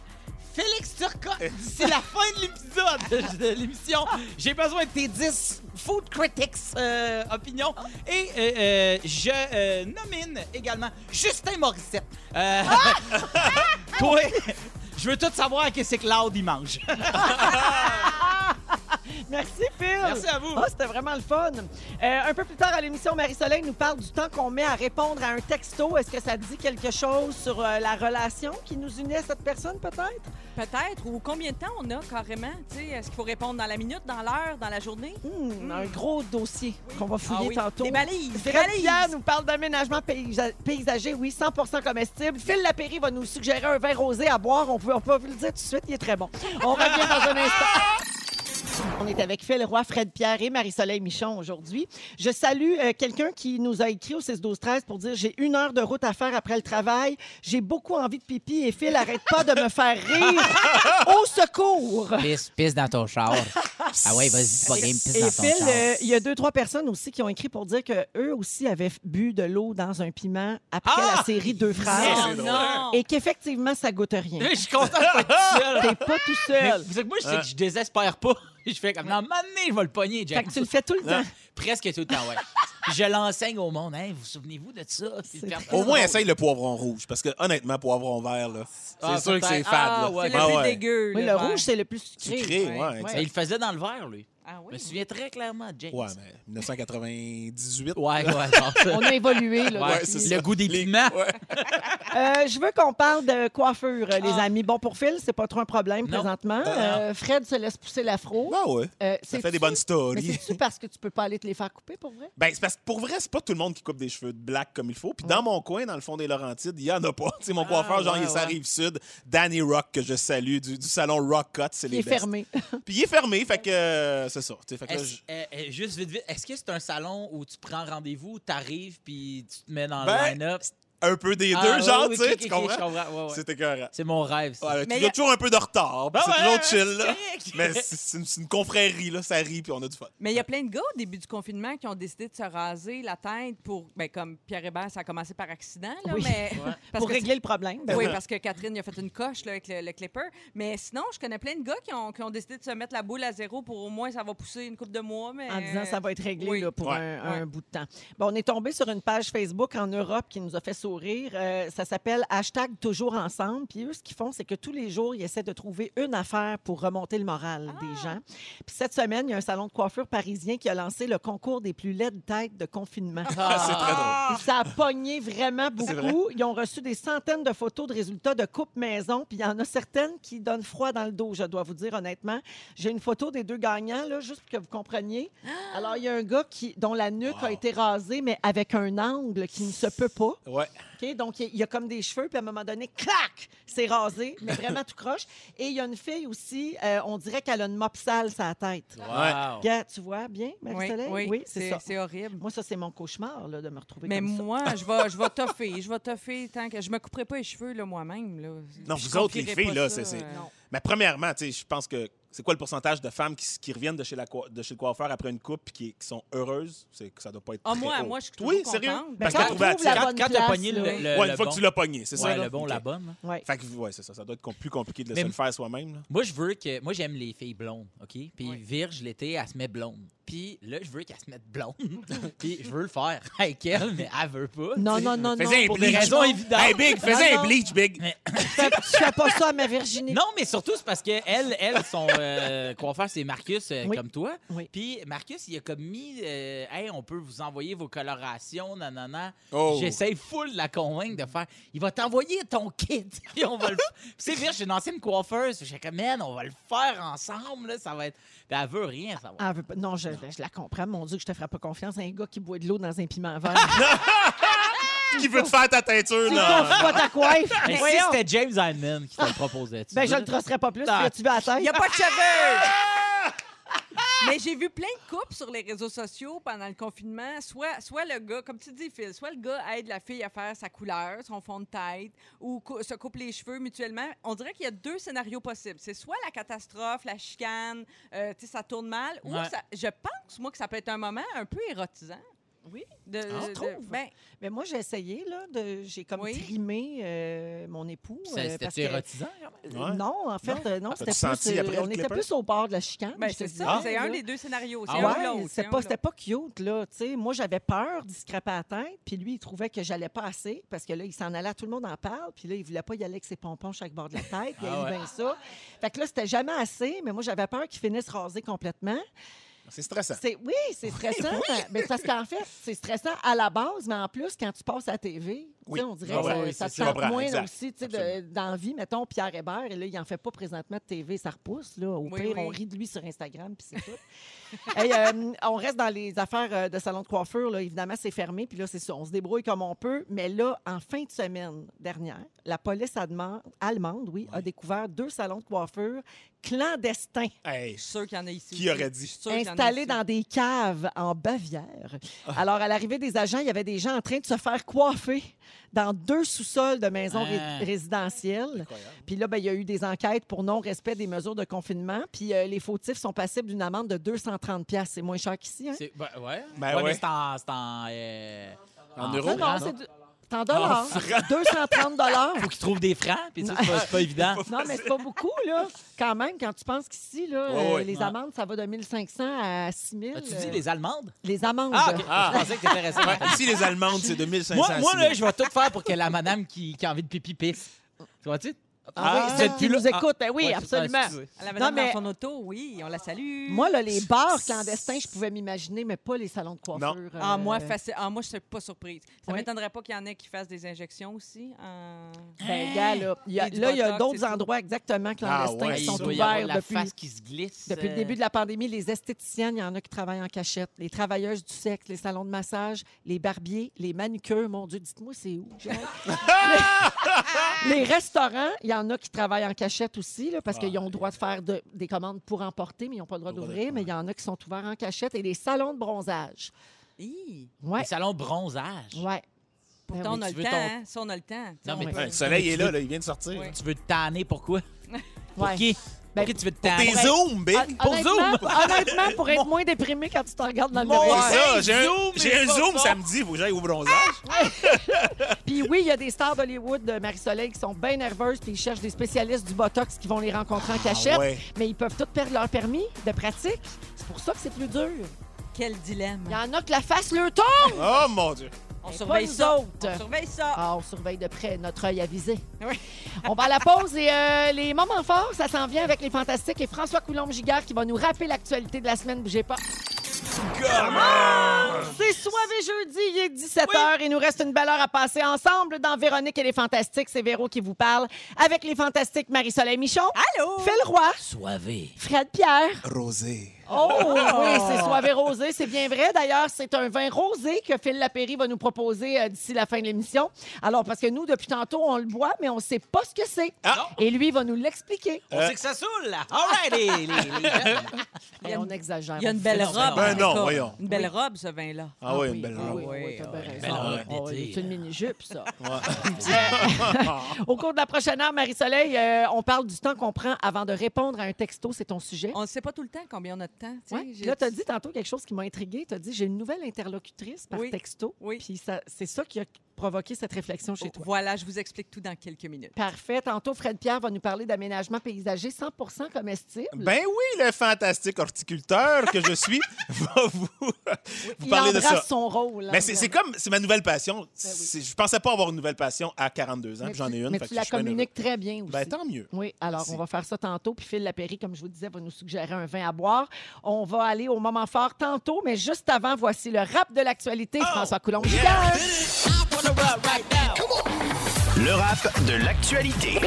Félix Turcotte d'ici la fin de l'épisode de l'émission. J'ai besoin de tes 10 Food Critics euh, opinions. Et euh, euh, je euh, nomine également Justin Morissette. Euh, [laughs] toi, je veux tout savoir qu'est-ce que Claude il mange. Merci, Phil. Merci à vous. Ah, c'était vraiment le fun. Euh, un peu plus tard à l'émission, Marie-Soleil nous parle du temps qu'on met à répondre à un texto. Est-ce que ça dit quelque chose sur euh, la relation qui nous unit à cette personne, peut-être? Peut-être. Ou combien de temps on a carrément? Tu sais, est-ce qu'il faut répondre dans la minute, dans l'heure, dans la journée? Hmm, Un gros dossier qu'on va fouiller Ah oui. tantôt. Des balises. Des Fred balises. Pierre nous parle d'aménagement paysa- paysager, oui, 100 comestible. Phil Lapéry va nous suggérer un vin rosé à boire. On peut, on peut vous le dire tout de suite, il est très bon. On revient dans un instant. On est avec Phil Roy, Fred Pierre et Marie-Soleil Michon aujourd'hui. Je salue euh, quelqu'un qui nous a écrit au 6-12-13 pour dire J'ai une heure de route à faire après le travail. J'ai beaucoup envie de pipi et Phil, arrête pas de me faire [laughs] rire. Au secours! Pisse, pisse dans ton char. Ah ouais, vas-y, c'est pas game, pisse Et dans ton Phil, char. euh, il y a deux, trois personnes aussi qui ont écrit pour dire qu'eux aussi avaient bu de l'eau dans un piment après Ah! la série Deux Ah, Frères. c'est drôle. non! Et qu'effectivement, ça goûte rien. Je suis content de pas être tout seul. T'es pas tout Mais seul. vous savez que moi, je Ah. sais que je désespère pas. [laughs] Je fais comme, non, maintenant, je vais le pogner, Fait Jack. que tu le fais tout le temps. Presque tout le temps, ouais. Je l'enseigne au monde. Hein, vous vous souvenez-vous de ça? Puis C'est personne- Au moins, essaye le poivron rouge, parce que honnêtement, poivron vert, là, c'est Ah, sûr que c'est peut-être. fade. Ah, là. ouais. C'est le Ah plus ouais. dégueu. Oui, le vert. rouge, c'est le plus Ah, sucré. Sucré, ouais, Ouais. exact. Mais il le faisait dans le verre, lui. Ah Je me oui? souviens très clairement, James. Ouais, mais 1998. [laughs] Ouais, ouais, genre ça. On a évolué, là. Ouais, depuis. c'est Le ça. goût des Les- piments. Ouais. Euh, je veux qu'on parle de coiffure, euh, les amis. Bon, pour Phil, c'est pas trop un problème Non. présentement. Ah. Euh, Fred se laisse pousser l'afro. Ben ouais. Euh, Ça c'est-tu- fait des bonnes Mais stories. c'est-tu parce que tu peux pas aller te les faire couper, pour vrai? Ben, c'est parce que pour vrai, c'est pas tout le monde qui coupe des cheveux de black comme il faut. Puis dans mon coin, dans le fond des Laurentides, il y en a pas. [laughs] Tu sais, mon coiffeur, genre, Ah, ouais, il est ouais. arrive sud. Danny Rock, que je salue, du, du salon Rock Cut, c'est Il les est best. fermé. Puis il est fermé, fait que euh, c'est ça. Tu sais, fait que là, Est-ce- je- euh, euh, juste vite, vite, est-ce que c'est un salon où tu prends rendez-vous, t'arrives, puis tu te mets dans le Ben, line-up? un peu des Ah, deux, oui, genre, oui, tu sais, ok, tu ok, comprends? je comprends, ouais, ouais. C'était correct. C'est mon rêve, ça. Ouais, Mais il y y a a- toujours un peu de retard, Ben puis Ah c'est ouais, toujours chill, là. c'est correct. Mais c'est- c'est une- c'est une confrérie, là, ça rit, puis on a du fun. Mais il y a plein de gars au début du confinement qui ont décidé de se raser la tête pour. Ben, comme Pierre Hébert, ça a commencé par accident, là, Oui. mais. [laughs] parce pour que- régler le problème. Ben oui, oui. parce que Catherine il a fait une coche là, avec le, le clipper. Mais sinon, je connais plein de gars qui ont, qui ont décidé de se mettre la boule à zéro pour au moins ça va pousser une coupe de mois. Mais... En disant ça va être réglé Oui. là, pour Ouais, un, un ouais. bout de temps. Bon, on est tombé sur une page Facebook en Europe qui nous a fait sourire. Euh, ça s'appelle hashtag toujours ensemble. Puis eux, ce qu'ils font, c'est que tous les jours, ils essaient de trouver une affaire pour remonter le moral Ah! des gens. Puis cette semaine, il y a un salon de coiffure parisien qui a lancé le concours des plus laides têtes de confinement. Ah, c'est très drôle. Ah! Puis ça a pogné vraiment beaucoup. C'est vrai. Ils ont reçu des centaines de photos de résultats de coupe maison, puis il y en a certaines qui donnent froid dans le dos, je dois vous dire honnêtement. J'ai une photo des deux gagnants, là, juste pour que vous compreniez. Alors, il y a un gars qui, dont la nuque Wow. a été rasée, mais avec un angle qui ne se peut pas. Ouais. OK? Donc, il y a- il y a comme des cheveux, puis à un moment donné, clac, c'est rasé, mais vraiment tout croche. Et il y a une fille aussi, euh, on dirait qu'elle a une mop sale sur la tête. Wow. Gars, tu vois bien, Oui, Marie-Soleil? oui, c'est ça. C'est horrible. Moi, ça, c'est mon cauchemar là, de me retrouver Mais comme ça. moi, je vais, je vais toffer. Je vais toffer tant que. Je me couperai pas les cheveux là, moi-même. Là. Non, Je vous autres, les confierai filles, pas là, ça, c'est- c'est- euh, non. Mais premièrement, tu sais, je pense que c'est quoi le pourcentage de femmes qui, s- qui reviennent de chez, la, coi- de chez le coiffeur après une coupe et qui, qui sont heureuses? C'est que ça doit pas être Ah, très moi, haut. moi, je suis Oui, toujours sérieux? contente. Parce Ben, que quand trouvé on trouve la attirant. Quand, bonne quand t'as place, pogné le, là. le- Ouais, le une fois bon- que tu l'as pogné, c'est ça? Ouais, là? le bon, OK, la OK. bonne. hein. Ouais. Fait que, ouais, c'est ça. Ça doit être com- plus compliqué de le Mais- se le faire soi-même. là. Moi, je veux que. Moi, j'aime les filles blondes, OK? Puis Virge, l'été, elle se met blonde. Puis là, je veux qu'elle se mette blonde. [laughs] Puis je veux le faire avec elle, mais elle veut pas. Non, tu sais. non, non, non. Faisais un pour bleach. des raisons raisons- Ben, évidentes. Hey, Big, faisais Non, un non. bleach, Big! Fais- Tu fais pas ça à ma Virginie. Non, mais surtout, c'est parce que elle, elle son [laughs] euh, coiffeur, c'est Marcus, euh, Oui. comme toi. Oui. Puis Marcus, il a comme mis euh, Hey, on peut vous envoyer vos colorations, nanana. Oh. J'essaie full de la convaincre de faire Il va t'envoyer ton kit. [laughs] Puis on va le. Puis c'est vrai, j'ai une ancienne coiffeuse. Je suis comme, Man, on va le faire ensemble, là, ça va être. Puis elle veut rien savoir. Ah, elle veut pas- non, je, je la comprends. Mon Dieu, que je te ferai pas confiance. Un gars qui boit de l'eau dans un piment vert. Qui veut te faire ta teinture, tu là? confies pas ta coiffe. Mais Ben, si Voyons. c'était James Hyman qui te le proposait, tu ben, je veux? le trosserai pas plus. Ah. Tu vas à la Il n'y a tête. pas de cheveux! [laughs] Mais j'ai vu plein de couples sur les réseaux sociaux pendant le confinement. Soit, soit le gars, comme tu dis, Phil, soit le gars aide la fille à faire sa couleur, son fond de tête, ou cou- se coupe les cheveux mutuellement. On dirait qu'il y a deux scénarios possibles. C'est soit la catastrophe, la chicane, euh, tu sais, ça tourne mal, ou Ouais. ça- je pense, moi, que ça peut être un moment un peu érotisant. Oui. De, Ah, de- tu trouves? ben, Mais moi, j'ai essayé, là. de- J'ai comme Oui. trimé euh, mon époux. Ça, euh, parce C'était-tu que- érotisant? Euh, Non, en fait, Non? euh, non, Ah, c'était t'as-tu plus. senti euh, après le on était clipper? plus au bord de la chicane. ben, je te c'est dirais, ça, c'est là. un des deux scénarios. C'est Ah un ou Ouais, l'autre, c'est c'était un pas, ou c'était l'autre. pas cute, là. tu sais. Moi, j'avais peur d'y scraper la tête, puis lui, il trouvait que j'allais pas assez, parce que là, il s'en allait, tout le monde en parle, puis là, il voulait pas y aller avec ses pompons chaque bord de la tête, il Ah a eu ouais. bien ça. Fait que là, c'était jamais assez, mais moi, j'avais peur qu'il finisse rasé complètement. C'est stressant. C'est, Ben, oui, c'est stressant, mais parce qu'en fait, c'est stressant à la base, mais en plus, quand tu passes à la TV, Oui. Tu sais, On dirait Ah que ouais, ça- oui, ça c'est- se je tente comprends, moins exact, aussi. tu sais, De, absolument. dans la vie, mettons, Pierre Hébert, et là, il n'en fait pas présentement de TV, ça repousse. Là. Au Oui, pire, oui. on rit de lui sur Instagram, puis c'est tout. [laughs] Hey, euh, on reste dans les affaires euh, de salon de coiffure. Là. Évidemment, c'est fermé, puis là, c'est ça, on se débrouille comme on peut. Mais là, en fin de semaine dernière, la police allemande, allemande oui, a découvert deux salons de coiffure clandestins Hey, Je suis sûr qu'il y en a ici. Qui aussi. aurait dit? Je suis sûr qu'il y en a installés ici. dans des caves en Bavière. Ah. Alors, à l'arrivée des agents, il y avait des gens en train de se faire coiffer dans deux sous-sols de maisons ré- Ah. résidentielles. incroyable. Puis là, ben, il y a eu des enquêtes pour non-respect des mesures de confinement. Puis euh, les fautifs sont passibles d'une amende de 230 pièces. C'est moins cher qu'ici. Hein? C'est- ben, ouais. Ben Ouais, mais ouais. c'est en. C'est en, euh, En Non, euros? non, francs, c'est du- c'est en dollars. [laughs] 230 dollars. hein? Faut qu'ils trouvent des francs, puis ça, c'est pas, c'est pas évident. Non, mais c'est pas beaucoup, là. Quand même, quand tu penses qu'ici, là, Ouais, euh, ouais. les Ouais. Ah. amendes, ça va de 1500 à 6000. As-tu euh, dit les Allemandes? les amendes. Ah, ok. Je pensais que t'étais resté. Ouais, ici, les Allemandes, c'est 2500. Moi, moi là, 6000. je vais tout faire pour que la madame qui, qui a envie de pipi pisse. Tu vois-tu? Ah, Ah, oui, celle qui là- nous écoute, ben oui, Ouais, absolument. ah, excusez. La madame Non, mais- dans son auto, oui, on la salue. Moi, là, les bars clandestins, je pouvais m'imaginer, mais pas les salons de coiffure. Non. euh, ah, moi, faci- ah, moi, je suis pas surprise. Ça Oui. m'étonnerait pas qu'il y en ait qui fassent des injections aussi. euh, Ben, gars, là, il y a, Et du là, il y a Botox, d'autres c'est tout. endroits exactement clandestins ouais, qui Il sont doit y avoir ouverts la depuis, face qui se glisse. euh, depuis le début de la pandémie. Les esthéticiennes, il y en a qui travaillent en cachette. Les travailleuses du sexe, les salons de massage, les barbiers, les manucures. Mon Dieu, dites-moi, c'est où? Jacques? les, les restaurants, il y en a qui travaillent en cachette aussi, là, parce qu'ils ont le droit de faire de- des commandes pour emporter, mais ils n'ont pas le droit Pas le droit d'ouvrir. Mais il y en a qui sont ouverts en cachette. Et les salons de bronzage. hi. Ouais. Le salon bronzage. Ouais. Ben Pourtant, oui. on a Tu le veux temps. ton- hein. Si on a le temps. tu sais, Non, mais- on peut- Ouais, le soleil est là, là, il vient de sortir. Oui. Tu veux te tanner, pourquoi? Pour Ouais. qui? Pour Ben, qui tu veux te Pour tanner? tes zooms, big! Hon- Pour honnêtement, Zoom. honnêtement, pour être moins déprimé quand tu te regardes dans le C'est miroir. ça, j'ai un, Zoom j'ai est un pas zoom bon. samedi, faut que j'aille au bronzage. Puis oui, il y a des stars d'Hollywood, de Marie-Soleil, qui sont bien nerveuses, puis ils cherchent des spécialistes du Botox qui vont les rencontrer en Ah cachette. ouais. Mais ils peuvent tous perdre leur permis de pratique. C'est pour ça que c'est plus dur. Quel dilemme. Il y en a que la face leur tombe! Oh mon Dieu! On Mais surveille pas nous ça. autres. On surveille ça. Ah, on surveille de près notre œil avisé. Oui. On va à la pause et euh, les moments forts, ça s'en vient avec les fantastiques et François Coulombe-Giguère qui va nous rappeler l'actualité de la semaine. Bougez pas. C'est soirée jeudi, il est 17h. Il nous reste une belle heure à passer ensemble dans Véronique et les Fantastiques. C'est Véro qui vous parle avec les Fantastiques Marie-Soleil Michon, Allô? Phil Roy, Soivé. Fred Pierre. Rosé. Oh oui, c'est soirée rosée, c'est bien vrai. D'ailleurs, c'est un vin rosé que Phil Lapéry va nous proposer euh, d'ici la fin de l'émission. Alors, parce que nous, depuis tantôt, on le boit, mais on ne sait pas ce que c'est. Ah. Et lui, il va nous l'expliquer. On sait que ça saoule, là. All right, les, les- les jeunes. Et on exagère. Il y a une on belle Ben robe. non, en tout cas. voyons. Une belle robe, ce vin-là. Ah, oui, une belle ah robe. Oui, Ah oui, t'as bien Belle raison. robe Oh, d'été, c'est une là. mini-jupe, ça. Au cours de la prochaine heure, Marie-Soleil, euh, on parle du temps qu'on prend avant de répondre à un texto. C'est ton sujet. On ne sait pas tout le temps combien on a de temps. tu sais. Ouais. J'ai- Là, tu as dit tantôt quelque chose qui m'a intriguée. Tu as dit j'ai une nouvelle interlocutrice par Oui. texto. Oui. Oh, Puis ça- c'est ça qui a provoqué cette réflexion chez toi. Voilà, je vous explique tout dans quelques minutes. Parfait. Tantôt, Fred Pierre va nous parler d'aménagement paysager 100 comestible. [laughs] Ben oui, le fantastique horticulteur que je suis [laughs] va vous, vous Il parler de embrasse ça. son rôle. hein, Mais c'est c'est vraiment. comme, c'est ma nouvelle passion. C'est- Je pensais pas avoir une nouvelle passion à 42 ans, Mais puis j'en ai tu- une. Mais fait tu que la je suis bien communiques très bien aussi. heureux. Ben tant mieux. Oui, alors Merci. on va faire ça tantôt. Puis Phil Lapéry, comme je vous disais, va nous suggérer un vin à boire. On va aller au moment fort tantôt, mais juste avant, voici le rap de Oh! l'actualité. François coulombe Le rap de l'actualité.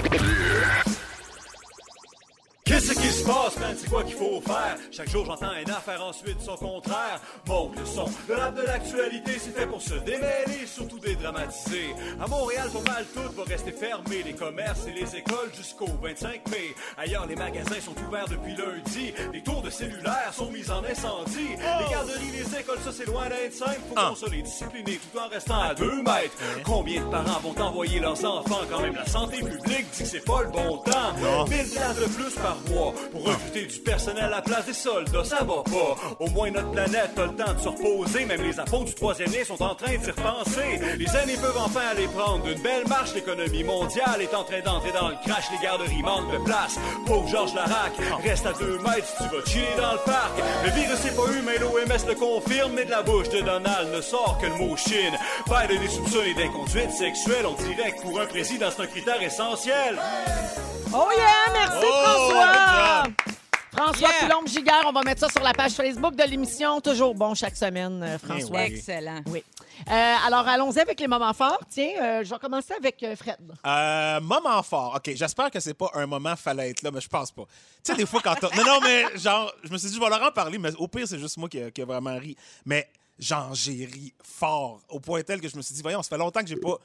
Qu'est-ce qui se passe, man? Hein, C'est quoi qu'il faut faire? Chaque jour, j'entends une affaire, ensuite son contraire. Mon le son, le rap de l'actualité, c'est fait pour se démêler, surtout dédramatiser. À Montréal, pas mal tout va rester fermé. Les commerces et les écoles jusqu'au 25 mai. Ailleurs, les magasins sont ouverts depuis lundi. Les tours de cellulaires sont mises en incendie. Les garderies, les écoles, ça c'est loin d'être simple. Faut qu'on se les discipliner tout en restant à deux mètres. Combien de parents vont envoyer leurs enfants? Quand même, la santé publique dit que c'est pas le bon temps. 1000 places de plus par mois pour recruter du personnel à la place des soldats, ça va pas. Au moins notre planète a le temps de se reposer, même les apôtres du troisième lien sont en train de s'y repenser. Les années peuvent enfin aller prendre une belle marche, l'économie mondiale est en train d'entrer dans le crash, les garderies manquent de place. Pauvre Georges Larac, reste à deux mètres si tu vas chiller dans le parc. Le virus n'est pas humain, l'OMS le confirme, mais de la bouche de Donald ne sort que le mot Chine. Biden est soupçonné d'inconduite sexuelle, on dirait que pour un président c'est un critère essentiel. Oh yeah! Merci Oh, François! good François Yeah! Coulombe Giguère, on va mettre ça sur la page Facebook de l'émission. Toujours bon chaque semaine, euh, François. oui. Excellent. Oui. Euh, alors, allons-y avec les moments forts. Tiens, euh, je vais commencer avec euh, Fred. Euh, moment fort. OK, j'espère que c'est pas un moment fallait être là, mais je pense pas. Tu sais, des fois, quand on... Non, non, mais genre, je me suis dit, je vais leur en parler, mais au pire, c'est juste moi qui a, qui a vraiment ri. Mais genre, j'ai ri fort, au point tel que je me suis dit, voyons, ça fait longtemps que j'ai pas...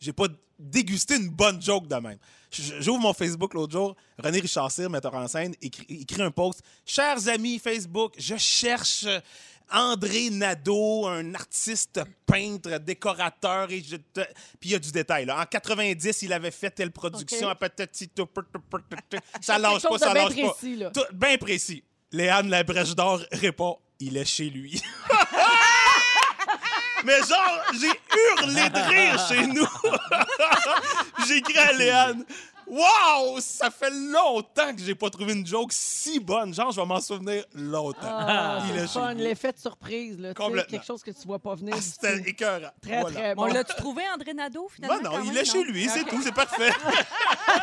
J'ai pas dégusté une bonne joke de même. J- J'ouvre mon Facebook l'autre jour. René Richard Cyr, metteur en scène, écrit, écrit un post. Chers amis Facebook, je cherche euh, André Nadeau, un artiste peintre, décorateur. Et je te- Puis il y a du détail. Là. En 90, il avait fait telle production. Ok. à patati, tout, put, tout, put, tout, [laughs] tout. Ça lâche chose pas, de ça bien lâche pas. précis, là. Tout- Bien précis. Léane Labrèche d'Or répond Il est chez lui. [laughs] Mais genre, j'ai hurlé de rire chez nous. j'ai écrit à Léane. Wow! Ça fait longtemps que j'ai pas trouvé une joke si bonne. Genre, je vais m'en souvenir longtemps. Ah, Ah, Il Il est est Ah, fun, génial. l'effet de surprise. Là, tu sais, Complètement. quelque chose que tu vois pas venir. Ah, C'était écœurant. Très, Voilà. très Bon, bon. l'as-tu trouvé, André Nadeau, finalement? Non, non, quand il même, est chez lui, c'est Ok. tout, c'est [laughs] parfait. [laughs]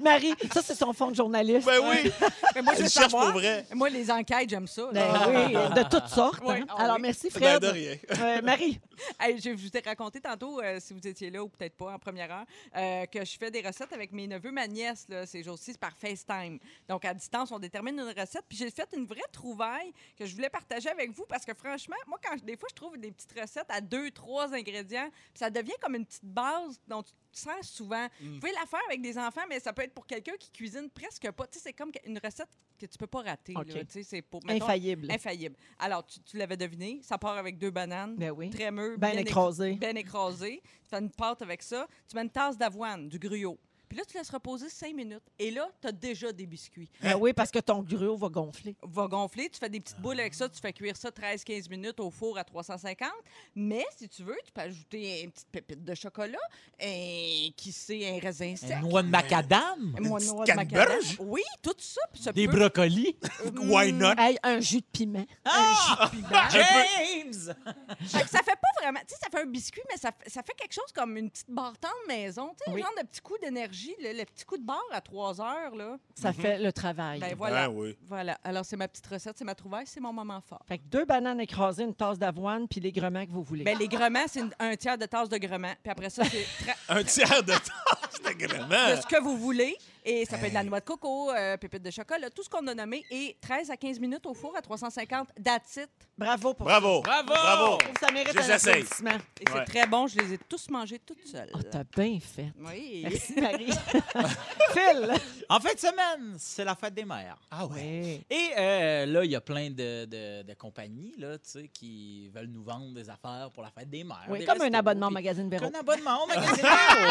Marie, ça, c'est son fond de journaliste. ben oui, Mais moi, je Elle veux cherche savoir. pour vrai. Ah. Moi, les enquêtes, j'aime ça. là. Ben oui, de toutes sortes. Oui, hein. ah Alors, oui. merci, ben Fred. de [laughs] rien. Euh, Marie, Hey, je vous ai raconté tantôt, euh, si vous étiez là ou peut-être pas en première heure, euh, que je fais des recettes avec mes neveux, ma nièce, là, ces jours-ci, c'est par FaceTime. Donc, à distance, on détermine une recette. Puis, j'ai fait une vraie trouvaille que je voulais partager avec vous parce que, franchement, moi, quand je- des fois, je trouve des petites recettes à deux, trois ingrédients, puis ça devient comme une petite base dont tu te sers souvent. Vous pouvez la faire avec des enfants, mais ça peut être pour quelqu'un qui cuisine presque pas. Tu sais, c'est comme une recette que tu peux pas rater. là. OK. Tu sais, c'est pour. mettons, infaillible. Infaillible. Alors, tu, tu l'avais deviné, ça part avec deux bananes, Ben oui. crémeux, Ben bien écrasé. Bien écrasé. Tu fais une pâte avec ça. Tu mets une tasse d'avoine, du gruau. Puis là, tu laisses reposer cinq minutes. Et là, tu as déjà des biscuits. Ben oui, parce que ton gruau va gonfler. Va gonfler, tu fais des petites boules avec ça, tu fais cuire ça 13-15 minutes au four à 350. Mais si tu veux, tu peux ajouter une petite pépite de chocolat, et qui sait, un raisin sec. Une noix de macadam? Moi, petite noix de macadam. canneberge? Oui, tout ça. puis ça Des peut- brocolis? hmm. Why not? Hey, un jus de piment. Ah! James! Fait que ça fait pas vraiment. Tu sais, ça fait un biscuit, mais ça, ça fait quelque chose comme une petite bartende maison. Tu sais, Oui. genre de petit coup d'énergie, le, le petit coup de barre à 3 heures, là. Ça fait le travail. Ben voilà. Ben oui. Voilà. Alors, c'est ma petite recette, c'est ma trouvaille, c'est mon moment fort. Fait que deux bananes écrasées, une tasse d'avoine, puis les grements que vous voulez. Ben, les grements, c'est une- un tiers de tasse de grements. Puis après ça, [laughs] c'est tra- Un tiers de temps, [laughs] c'était de vraiment. ce que vous voulez. Et ça peut être de la noix de coco, euh, pépite de chocolat, tout ce qu'on a nommé. Et 13 à 15 minutes au four à 350, that's it. Bravo pour Bravo! Bravo! Bravo! Je trouve que Ça mérite Je les un essaye. applaudissement. Et c'est Ouais. très bon. Je les ai tous mangés toutes seules. Oh, t'as bien fait. oui. Merci, Marie. [laughs] Phil! En fin de semaine, c'est la fête des mères. Ah ouais. Et euh, là, il y a plein de, de- de compagnies là, tu sais, qui veulent nous vendre des affaires pour la fête des mères. Oui, des comme un restos, abonnement au puis- magazine Véro. Comme un abonnement [laughs] au magazine Véro,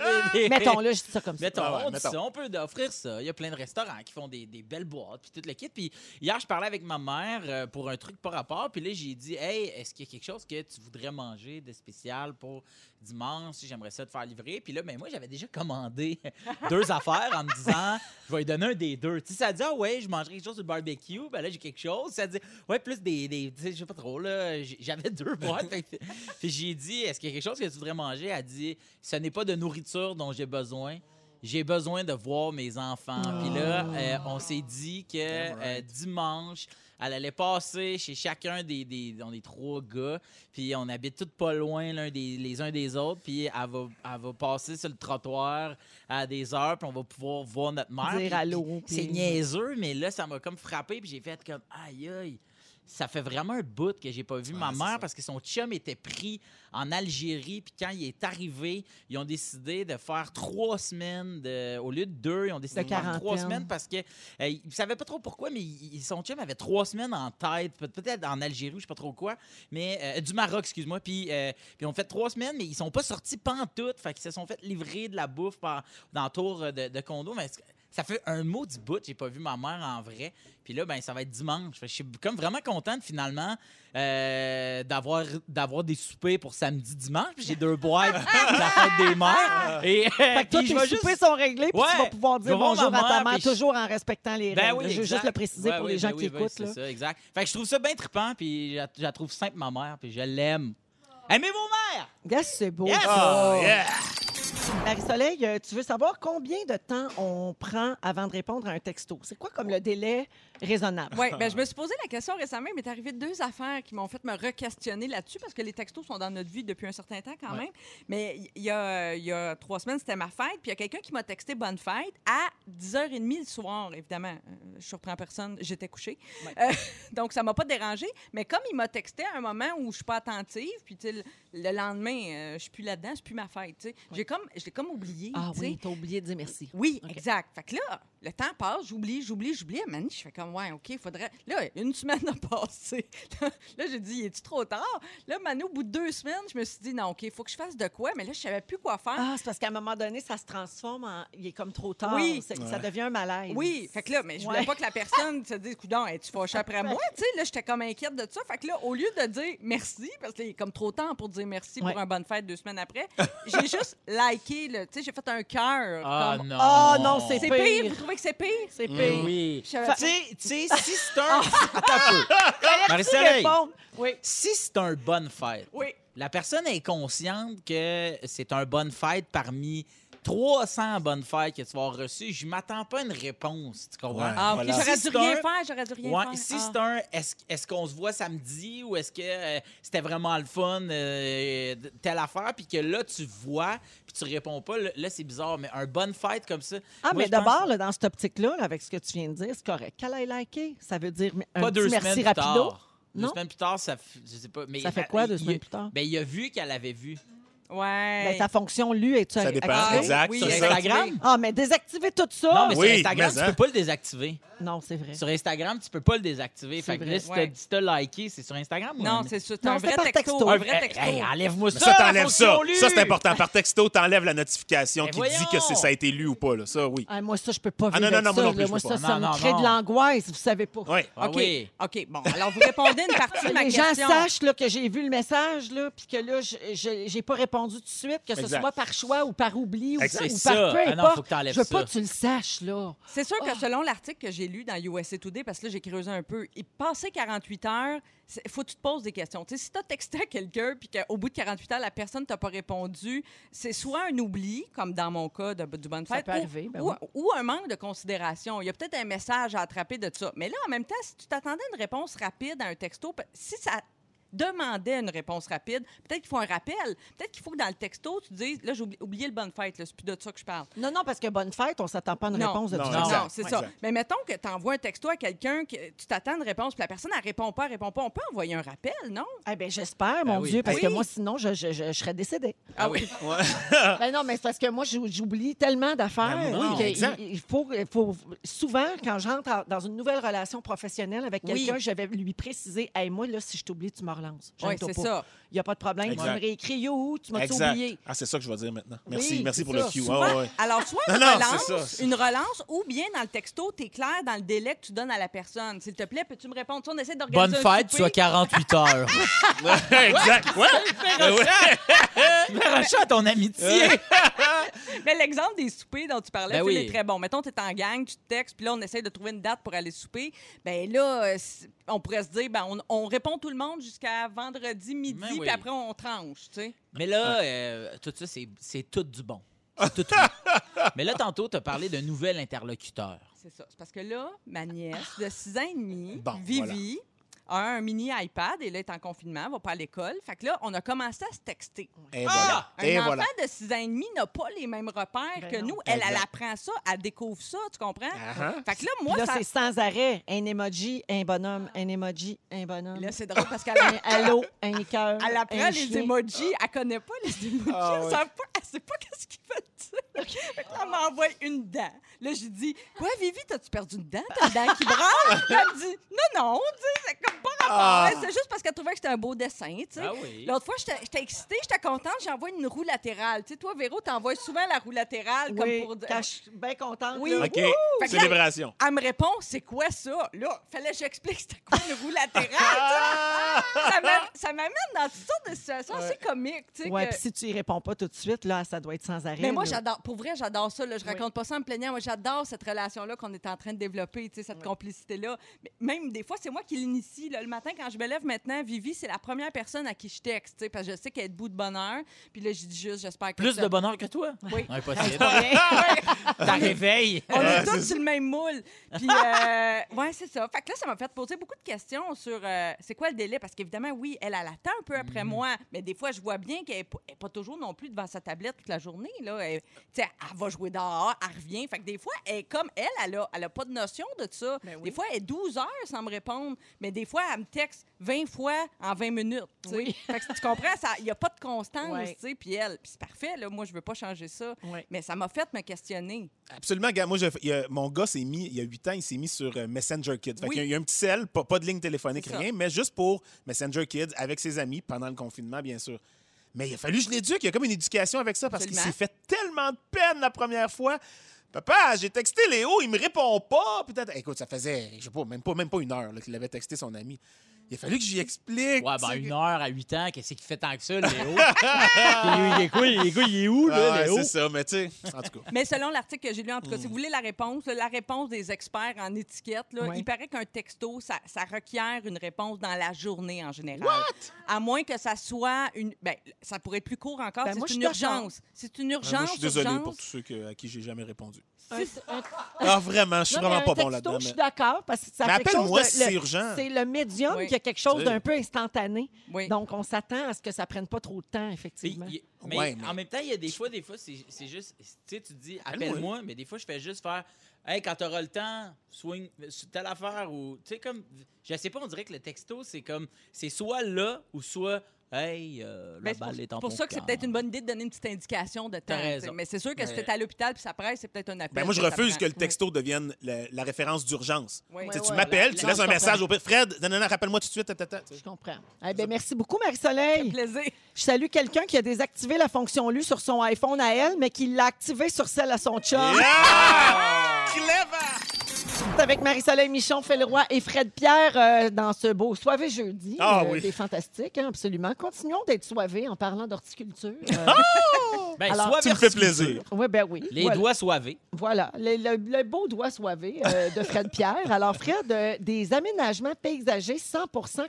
euh, des- des- Mettons-le, je dis ça comme ça. Mettons, Ah ouais, on dit mettons. ça, on peut offrir ça. Il y a plein de restaurants qui font des, des belles boîtes, puis toute le kit. Puis hier, je parlais avec ma mère euh, pour un truc par rapport, puis là, j'ai dit Hey, est-ce qu'il y a quelque chose que tu voudrais manger de spécial pour dimanche si J'aimerais ça te faire livrer. Puis là, ben, moi, j'avais déjà commandé [laughs] deux affaires en me disant Je vais lui donner un des deux. Tu sais, ça dit Ah ouais, je mangerai quelque chose sur le barbecue, ben là, j'ai quelque chose. Ça dit Ouais, plus des. des tu sais, je sais pas trop, là. j'- J'avais deux boîtes. Fait que- puis j'ai dit Est-ce qu'il y a quelque chose que tu voudrais manger Elle dit Ce n'est pas de nourriture dont j'ai besoin j'ai besoin de voir mes enfants. Puis là, Ah. euh, on s'est dit que euh, dimanche, elle allait passer chez chacun des, des, on est trois gars. Puis on habite toutes pas loin l'un des, les uns des autres. Puis elle va, elle va passer sur le trottoir à des heures. Puis on va pouvoir voir notre mère. Dire Puis- allô, C'est puis- niaiseux, mais là, ça m'a comme frappé. Puis j'ai fait comme, aïe, aïe. Ça fait vraiment un bout que j'ai pas vu ma mère parce que son chum était pris en Algérie. Puis quand il est arrivé, ils ont décidé de faire trois semaines de- au lieu de deux. Ils ont décidé De de, faire trois quarantaine. semaines parce que euh, ils savaient pas trop pourquoi, mais ils- son chum avait trois semaines en tête, peut- peut-être en Algérie ou je sais pas trop quoi, mais euh, du Maroc, excuse-moi. Puis euh, puis ils ont fait trois semaines, mais ils sont pas sortis pantoute. Fait qu'ils se sont fait livrer de la bouffe par, dans la tour euh, de, de condo. Mais c'est- ça fait un mot du bout, j'ai pas vu ma mère en vrai. Puis là, ben ça va être dimanche. Fait que je suis comme vraiment contente finalement euh, d'avoir d'avoir des soupers pour samedi dimanche. Puis j'ai deux boîtes [laughs] de la fête des mères. Et, euh, Ah! Fait que toi, puis je tes vais soupers juste- sont réglés, puis tu Ouais. vas pouvoir Je dire vais voir bonjour ma à ta mère, mère, puis je- toujours en respectant les Ben règles. oui, Je veux juste exact. le préciser Ouais, pour oui, les gens ben qui oui, ben oui, écoutent. là. C'est ça, exact. Fait que je trouve ça bien trippant, puis je la- je la trouve simple, ma mère, puis je l'aime. Aimez vos mères! Oh. Yes, c'est beau. Yes! ça. Ah, Yeah! Marie-Soleil, euh, tu veux savoir combien de temps on prend avant de répondre à un texto? C'est quoi comme le délai raisonnable? Oui, [laughs] ben, je me suis posé la question récemment, mais il m'est arrivé deux affaires qui m'ont fait me re-questionner là-dessus parce que les textos sont dans notre vie depuis un certain temps quand même. Mais il y, a, il y a trois semaines, c'était ma fête, puis il y a quelqu'un qui m'a texté Bonne fête à 10h30 le soir, évidemment. euh, Je surprends personne, j'étais couchée. Euh, [laughs] donc, ça m'a pas dérangé. Mais comme il m'a texté à un moment où je suis pas attentive, puis tu sais, le le lendemain, euh, je suis plus là-dedans, c'est plus ma fête. tu sais. J'ai comme, je l'ai comme oublié. Ah tu sais. oui, t'as oublié de dire merci. Oui, OK. exact. Fait que là, le temps passe, j'oublie, j'oublie, j'oublie. Man, je fais comme, ouais, OK, faudrait. Là, une semaine a passé. [laughs] là, j'ai dit, est-tu trop tard? Là, Manu, au bout de deux semaines, je me suis dit, non, OK, il faut que je fasse de quoi? Mais là, je savais plus quoi faire. Ah, c'est parce qu'à un moment donné, ça se transforme en. Il est comme trop tard. Oui. C'est- Ça devient un malaise. Oui, fait que là, mais je voulais Ouais. pas que la personne se dise, coudon, es-tu fâché après moi? Tu sais, là, j'étais comme inquiète de ça. Fait que là, au lieu de dire merci, parce que là, il est comme trop temps pour dire merci Ouais. pour un bonne fête deux semaines après, [laughs] j'ai juste liké, là. Tu sais, j'ai fait un cœur. Ah comme, non. Ah non, c'est C'est pire, pire. vous trouvez que c'est pire? C'est pire. Ben Oui. Je savais Fait- pas. Tu sais, tu [laughs] sais, si c'est un. Attends un peu. Marie-Soleil, Répondre. Oui. si c'est un bonne fête, Oui. la personne est consciente que c'est un bonne fête parmi 300 bonnes fêtes que tu vas avoir reçues. Je m'attends pas à une réponse. Tu comprends? Ouais. Ah, OK, Voilà. j'aurais Si dû c'est rien un- faire, j'aurais dû rien Ouais, faire. si Ah. c'est un, est-ce est-ce qu'on se voit samedi ou est-ce que euh, c'était vraiment le fun, euh, de- telle affaire, puis que là, tu vois, puis tu réponds pas, là, là, c'est bizarre, mais un bonne fête comme ça. Ah, moi, mais je pense- d'abord, là, dans cette optique-là, là, avec ce que tu viens de dire, c'est correct. Qu'elle aille liker, ça veut dire un pas petit deux merci semaines plus rapido. tard. Non? Deux semaines plus tard, ça, f- je sais pas, mais Ça fait il- quoi, deux il- semaines plus tard? Ben, il a vu qu'elle avait vu. Ouais. Ben, ta fonction, lui, est-tu Ça activée? dépend. Ah, exact. oui, Sur ça, oui. ça. Instagram? Ah, mais désactiver tout ça. Non, mais Oui, sur Instagram, mais tu hein. peux pas le désactiver. Non, c'est vrai. Sur Instagram, tu peux pas le désactiver. C'est Fait que vrai. là, si t'as- Ouais. si t'as liké, c'est sur Instagram ou Non, un- c'est ça, c'est Non, un c'est vrai par texto. texto. Un Un vrai texto. Hey, enlève-moi ça. Ah, Ça, t'enlèves la ça. fonction lue. Ça, c'est important. Par texto, t'enlèves la notification Ben qui Mais dit que c'est- voyons. ça a été lu ou pas. Là. Ça, oui. Ah, moi, ça, je peux pas Ah, vivre non, non, avec non, moi ça, non plus, là. je Moi, peux ça, pas. ça Non, non, me crée non. de l'angoisse, vous savez pas. Oui. Ah OK. oui. OK, bon, alors vous répondez à une partie de Que ma les gens question. sachent là, que j'ai vu le message, là, puis que là, je- je n'ai pas répondu tout de suite, que ce Exact. soit par choix ou par oubli ou, Exact. ou C'est par ça. peu Ah non, importe. faut que t'enlèves je veux pas ça. que tu le saches, là. C'est sûr Oh. que selon l'article que j'ai lu dans USA Today, parce que là, j'ai creusé un peu, il passait 48 heures, c'est- faut que tu te poses des questions. Tu sais, si tu as texté à quelqu'un puis qu'au bout de 48 heures, la personne t'a pas répondu, c'est soit un oubli, comme dans mon cas de- du Bonne Ça Fête, peut ou- arriver, ben ou, oui. ou un manque de considération. Il y a peut-être un message à attraper de ça. Mais là, en même temps, si tu t'attendais à une réponse rapide à un texto, pe- si ça demandait une réponse rapide, peut-être qu'il faut un rappel. Peut-être qu'il faut que dans le texto, tu dises, là, j'ai oubli- oublié le Bonne Fête, là, c'est plus de ça que je parle. Non, non, parce que bonne fête, on s'attend pas à une Non. réponse de Non, tout non. ça. Non, Exact. c'est Ouais, ça. exact. Mais mettons que tu envoies un texto à quelqu'un, que tu t'attends une réponse, puis la personne, elle répond pas, elle répond pas. On peut envoyer un rappel, non? Eh bien, j'espère, mon Ben oui. Dieu, parce Oui. que moi, sinon, je, je- je- je serais décédée. Ah oui. Ben non, mais c'est parce que moi, j'ou- j'oublie tellement d'affaires. Ben oui, que exact. il, il faut, il faut- Souvent, quand j'entre en- dans une nouvelle relation professionnelle avec Oui. quelqu'un, je vais lui préciser Hey, moi, là, si je t'oublie, tu me relances. Oui, J'aime-toi c'est pas. ça. Il n'y a pas de problème. Tu Exact. me réécris Yo, tu m'as Exact. oublié. Ah, c'est ça que je vais dire maintenant. Merci, Oui, merci c'est pour ça. le cue. Souvent, Ah, ouais. [laughs] Alors, soit une Non, non, relance, c'est ça, c'est- une relance, ou bien dans le texto, tu es clair dans le délai que tu donnes à la personne. S'il te plaît, peux-tu me répondre? Tu sais, on essaie Bonne d'organiser un fête, souper. tu as 48 [laughs] heures. exact. Ouais. Fais Rocha à ton amitié. Mais l'exemple des soupers dont tu parlais, Ben Phil, oui. est très bon. Mettons, tu es en gang, tu te textes, puis là, on essaie de trouver une date pour aller souper. Ben là, euh, c'est- on pourrait se dire, ben, on, on répond tout le monde jusqu'à vendredi midi, Ben oui. puis après, on tranche, tu sais. Mais là, euh, tout ça, c'est c'est tout du bon. C'est tout bon. Mais là, tantôt, tu as parlé d'un nouvel interlocuteur. C'est ça. C'est parce que là, ma nièce de 6 ans et [laughs] demi, Bon, Vivi, a un mini iPad et là, elle est en confinement, elle va pas à l'école. Fait que là, on a commencé à se texter. Et voilà. Ah! Un Et enfant voilà. de 6 ans et demi n'a pas les mêmes repères Ben que non. nous. Elle, elle Exact. apprend ça, elle découvre ça, tu comprends? Ah, ah. Fait que là, Puis moi, là, ça... c'est sans arrêt. Un emoji, un bonhomme, un emoji, un bonhomme. Là, c'est drôle parce qu'elle un allô, un cœur. [laughs] Elle apprend un les chien. emojis. Elle connaît pas les emojis. Ah elle, ouais. savent pas, elle sait pas qu'est-ce qu'ils veulent dire. Fait que là, Elle m'envoie une dent. Là, j'ai dit Quoi, Vivi, t'as-tu perdu une dent T'as une dent qui branle Là, Elle me dit Non, non, tu sais, c'est comme pas rapport. Ah. C'est juste parce qu'elle trouvait que c'était un beau dessin, tu sais. Ah oui. L'autre fois, j'étais j'étais excitée, j'étais contente, j'envoie une roue latérale. Tu sais, toi, Véro, t'envoies souvent la roue latérale Oui, comme pour dire. quand je suis bien contente. Oui. là. OK. Fait que là- Célébration. Elle me répond, c'est quoi ça? Là, fallait que j'explique c'était quoi une roue latérale. tu sais. ça m'a- ça m'amène dans toutes sortes de situations assez comiques. tu sais, Ouais, que- puis si tu y réponds pas tout de suite, là, ça doit être sans arrêt. Mais moi, là. j'adore. Pour vrai, j'adore ça. Là. Je raconte pas ça en me plaignant. Moi, j'adore cette relation-là qu'on est en train de développer, tu sais, cette complicité-là. Mais même des fois, c'est moi qui l'initie. là, Le matin, matin, quand je me lève maintenant, Vivi, c'est la première personne à qui je texte, tu sais, parce que je sais qu'elle est debout de bonheur. Puis là, je dis juste, j'espère que. Plus ça- de bonheur que toi? Oui. [laughs] [laughs] Impossible. Rien. T'as [laughs] réveil. On est tous sur le même moule. Puis, euh, ouais, c'est ça. Fait que là, ça m'a fait poser beaucoup de questions sur euh, c'est quoi le délai. Parce qu'évidemment, oui, elle, elle attend un peu après Mm. moi. Mais des fois, je vois bien qu'elle n'est pas, elle est pas toujours non plus devant sa tablette toute la journée. Là. Elle, tu sais, elle va jouer dehors, elle revient. Fait que des fois, elle, est comme elle, elle n'a elle a pas de notion de ça. Ben oui. Des fois, elle est 12 heures sans me répondre. Mais des fois, elle me texte 20 fois en 20 minutes. tu sais. Oui. [laughs] Fait que si tu comprends, ça- il n'y a pas de constance. Ouais. tu sais. Puis elle, puis c'est parfait. Là, moi, je veux pas changer ça. Ouais. Mais ça m'a fait me questionner. Absolument, gars. Moi, je- il y a- mon gars s'est mis, il y a 8 ans, il s'est mis sur euh, Messenger Kids. Fait Oui. qu'il y a- il y a un petit sel, pas, pas de ligne téléphonique, C'est ça. rien, mais juste pour Messenger Kids avec ses amis pendant le confinement, bien sûr. Mais il a fallu que je l'éduque. Il y a comme une éducation avec ça parce qu'il s'est Absolument. fait tellement de peine la première fois. Papa, j'ai texté Léo, il me répond pas. Peut-être. Écoute, ça faisait, je sais pas, même pas, même pas une heure là, qu'il avait texté son ami. Il a fallu que j'y explique. Ouais, tu ben sais, une heure à huit ans, qu'est-ce qu'il fait tant que ça, Léo? il, est quoi, il, est quoi, il est où, là, Ah, Léo? c'est ça, mais tu sais, en tout [laughs] cas. Mais selon l'article que j'ai lu, en tout cas, Mm. si vous voulez la réponse, là, la réponse des experts en étiquette, là, Ouais. il paraît qu'un texto, ça, ça requiert une réponse dans la journée en général. À moins que ça soit une. Ben, ça pourrait être plus court encore. Ben, moi, c'est je suis une d'accord. urgence. C'est une urgence. Ben, Moi, je suis désolé urgence. pour tous ceux que- à qui j'ai jamais répondu. Un- un- Ah, vraiment, je suis Non, mais vraiment pas un bon texto, là-dedans. Je mais- suis d'accord parce que ça Mais fait quelque appelle-moi chose de- si le- c'est urgent. C'est le médium Oui. qui a quelque chose Tu sais. d'un peu instantané. Oui. Donc on s'attend à ce que ça prenne pas trop de temps Mais effectivement. il- mais Ouais, mais- en même temps, il y a des fois, des fois, c'est c'est juste, tu sais, tu dis, Allô, hein? appelle-moi, mais des fois, je fais juste faire, hey, quand t'auras le temps, swing, sur telle affaire, ou, tu sais, comme, je sais pas, on dirait que le texto, c'est comme, c'est soit là, ou soit, hey, euh, la Ben, c'est balle pour- est en pour ton ça que c'est camp. peut-être une bonne idée de donner une petite indication de temps. T'as raison. t'sais. Mais c'est sûr que si Mais- t'es à l'hôpital puis ça presse, c'est peut-être un appel. Ben moi, je que ça refuse que prend. le texto devienne la, la référence d'urgence. Oui. Tu sais, tu ouais, m'appelles, la- tu la- laisses un je message au pire. Fred, non, non, non, rappelle-moi tout de suite. ta, ta, ta, tu sais. Je comprends. Eh ben, merci beaucoup, Marie-Soleil. Plaisir. Je salue quelqu'un qui a désactivé la fonction lue sur son iPhone à elle, mais qui l'a activée sur celle à son chum. Ah! Clever! C'est Avec Marie-Soleil Michon, Félroy et Fred Pierre euh, dans ce beau soivé jeudi. Ah oui. C'est fantastique, hein, absolument. Continuons d'être soivés en parlant [laughs] d'horticulture. Ben, Alors, soit Tu me fais versus- plaisir. oui, ben oui. Les Voilà. doigts soivés. Voilà, le, le- le beau doigt soivé euh, de Fred Pierre. Alors, Fred, euh, des aménagements paysagers 100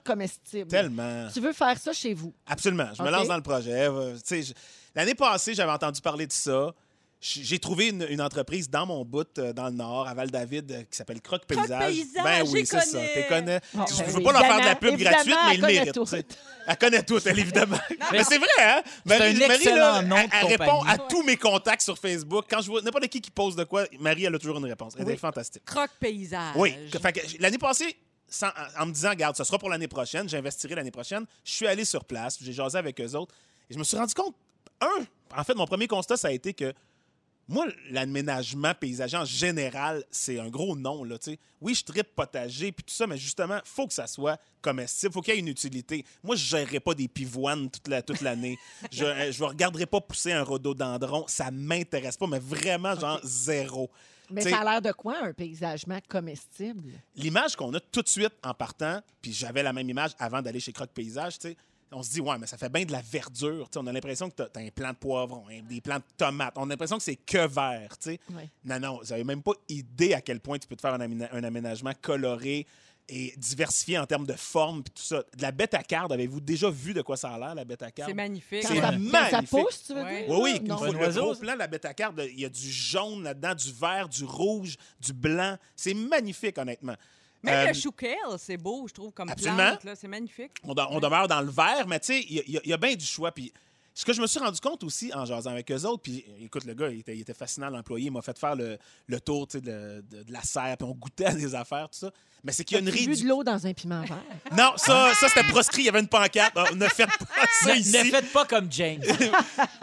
comestibles. Tellement. Tu veux faire ça chez vous? Absolument. Je me OK. lance dans le projet. Euh, tu sais, je- L'année passée, j'avais entendu parler de ça. J- J'ai trouvé une, une entreprise dans mon bout, euh, dans le Nord, à Val-David, euh, qui s'appelle Croque Paysage. Paysage, ben oui, j'y c'est ça. connais. Tu connais. Ah, je ben veux oui, pas leur faire de la évidemment, pub gratuite, évidemment, mais elle ils le connaît méritent. tout. tu sais. Elle connaît tout, elle, évidemment. [laughs] mais non. c'est vrai, hein? Marie, un Marie, là, excellent nom de elle, elle répond compagnie. à tous mes contacts sur Facebook. Quand je vois n'importe qui qui pose de quoi, Marie, elle a toujours une réponse. Elle est fantastique. Croque paysage. Oui. Que- fait que j- l'année passée, sans- en, en me disant, garde, ce sera pour l'année prochaine, j'investirai l'année prochaine, je suis allé sur place, j'ai jasé avec eux autres, et je me suis rendu compte, un, en fait, mon premier constat, ça a été que moi, l'aménagement paysager en général, c'est un gros nom. Là, tu sais. oui, je tripe potager puis tout ça, mais justement, faut que ça soit comestible, faut qu'il y ait une utilité. Moi, je gérerai pas des pivoines toute la- toute [laughs] l'année. je ne regarderai pas pousser un rhododendron. Ça m'intéresse pas, mais vraiment, genre zéro. Mais Tu sais, ça a l'air de quoi, un paysagement comestible? l'image qu'on a tout de suite en partant, puis j'avais la même image avant d'aller chez Croque Paysage, tu sais, on se dit, ouais, mais ça fait bien de la verdure. tu sais, on a l'impression que t'as as un plant de poivron, un- des plants de tomates. On a l'impression que c'est que vert. tu sais. Ouais. Non, non, vous n'avez même pas idée à quel point tu peux te faire un, aména- un aménagement coloré et diversifié en termes de forme puis tout ça. De la bête à carde, avez-vous déjà vu de quoi ça a l'air, la bête à carde? C'est magnifique. Quand C'est ça, magnifique. quand ça pousse, tu veux Ouais. dire? Oui, oui, il Non. faut Un le oiseau, gros ça. plan, la bêta-carde, il y a du jaune là-dedans, du vert, du rouge, du blanc. C'est magnifique, honnêtement. Même Euh, le chouquel, c'est beau, je trouve, comme absolument. plante. là, C'est magnifique. on, de- on demeure dans le vert, mais tu sais, il y a- il y, a- il y a bien du choix. Puis ce que je me suis rendu compte aussi en jasant avec eux autres, puis euh, écoute, le gars, il était, il était fascinant, l'employé, il m'a fait faire le, le tour tu sais, de, de- de la serre, puis on goûtait à des affaires, tout ça. Mais c'est qu'il y a une J'ai bu réduction. de l'eau dans un [laughs] piment vert. Non, ça, ça c'était proscrit, il y avait une pancarte. Ah, ne faites pas ça Ne, ici. ne faites pas comme James.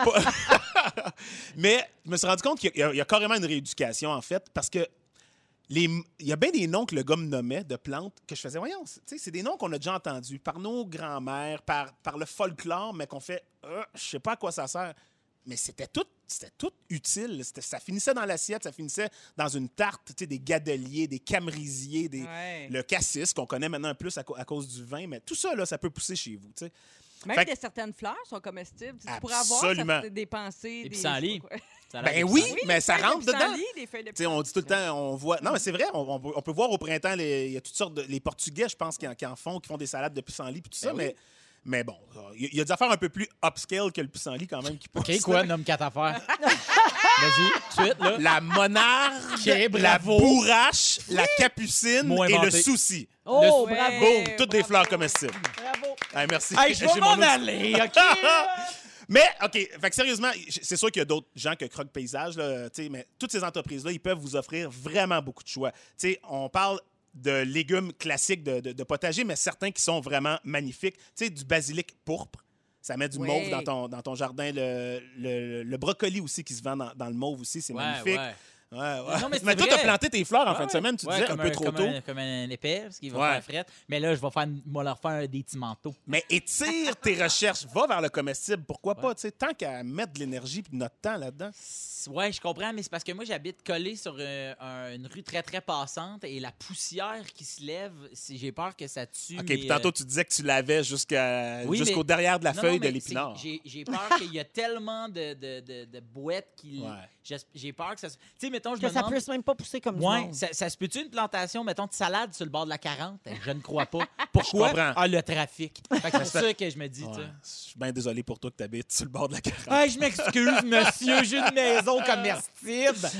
Pas- Mais je me suis rendu compte qu'il y, a- il y a carrément une rééducation, en fait, parce que les, il y a bien des noms que le gars me nommait de plantes que je faisais, voyons, c'est tu sais, c'est des noms qu'on a déjà entendus par nos grands-mères, par, par le folklore, mais qu'on fait, euh, je sais pas à quoi ça sert. Mais c'était tout, c'était tout utile. C'était- Ça finissait dans l'assiette, ça finissait dans une tarte, tu sais, des gadeliers, des camrisiers, des, Ouais. le cassis qu'on connaît maintenant plus à, co- à cause du vin, mais tout ça, là, ça peut pousser chez vous. tu sais. Même Fait des que- certaines fleurs sont comestibles. Tu pourrais avoir ça, Absolument. peut-être des pensées. Des des- [laughs] pissenlits. Ça a l'air Ben de- oui, Oui, mais ça des feuilles de rentre dedans. pissenlit, des feuilles de Tu sais, on dit tout le temps, on voit. Non, mais c'est vrai, on, on peut- on peut voir au printemps, les- il y a toutes sortes de. Les Portugais, je pense, qui en, qui en font, qui font des salades de pissenlit et tout Ben ça, mais, mais bon, il y a- il y, a des affaires un peu plus upscale que le pissenlit quand même qui poussent. OK, quoi, nomme [laughs] quatre affaires? Vas-y, suite, là. La monarque, Ok, la bravo. bourrache, la capucine Mot et le inventé. souci. Oh, Le- bravo. Boum, toutes des bravo. fleurs comestibles. Bravo. Hey, merci. Eh Hey, je vais J'ai mon m'en aller, OK? Mais, OK, fait que sérieusement, j- c'est sûr qu'il y a d'autres gens que Croque Paysage, là, tu sais, mais toutes ces entreprises-là, ils peuvent vous offrir vraiment beaucoup de choix. Tu sais, on parle de légumes classiques de, de- de potager, mais certains qui sont vraiment magnifiques. Tu sais, du basilic pourpre. Ça met du Oui. mauve dans ton, dans ton jardin. Le, le- le brocoli aussi qui se vend dans, dans le mauve aussi, [laughs] c'est magnifique. Ouais, ouais. Non, mais Mais, c'est toi, vrai. t'as planté tes fleurs en fin de Ouais. semaine, tu Ouais, disais, un comme peu trop comme tôt. un- comme un épais, parce qu'il va Ouais. faire frette. Mais là, je vais, faire, moi leur faire un- des timentos. Mais étire tes recherches, va vers le comestible, pourquoi pas, tu sais, tant qu'à mettre de l'énergie et de notre temps là-dedans. Ouais, je comprends, mais c'est parce que moi, j'habite collé sur euh, un- une rue très, très passante et la poussière qui se lève, c'est- j'ai peur que ça tue. OK, mes, puis euh, tantôt, tu disais que tu l'avais jusqu'à- jusqu'au Oui, mais- derrière de la Non, non, feuille mais de l'épinard. c'est- J'ai j'ai peur qu'il y a tellement de, de, de, de boîtes qui. Ouais. j'esp- J'ai peur que ça. se- Tu sais, mettons, je Que me ça demande. puisse même pas pousser comme du Ouais, monde. ça, ça se peut-tu une plantation, mettons, de salade sur le bord de la 40? [laughs] Je ne crois pas. Pourquoi? comprends. Ah, le trafic. Fait que c'est ça que je me dis, Ouais. tu sais. Je suis bien désolé pour toi que tu habites sur le bord de la carrière. Ah, je m'excuse, monsieur, j'ai une maison commercible.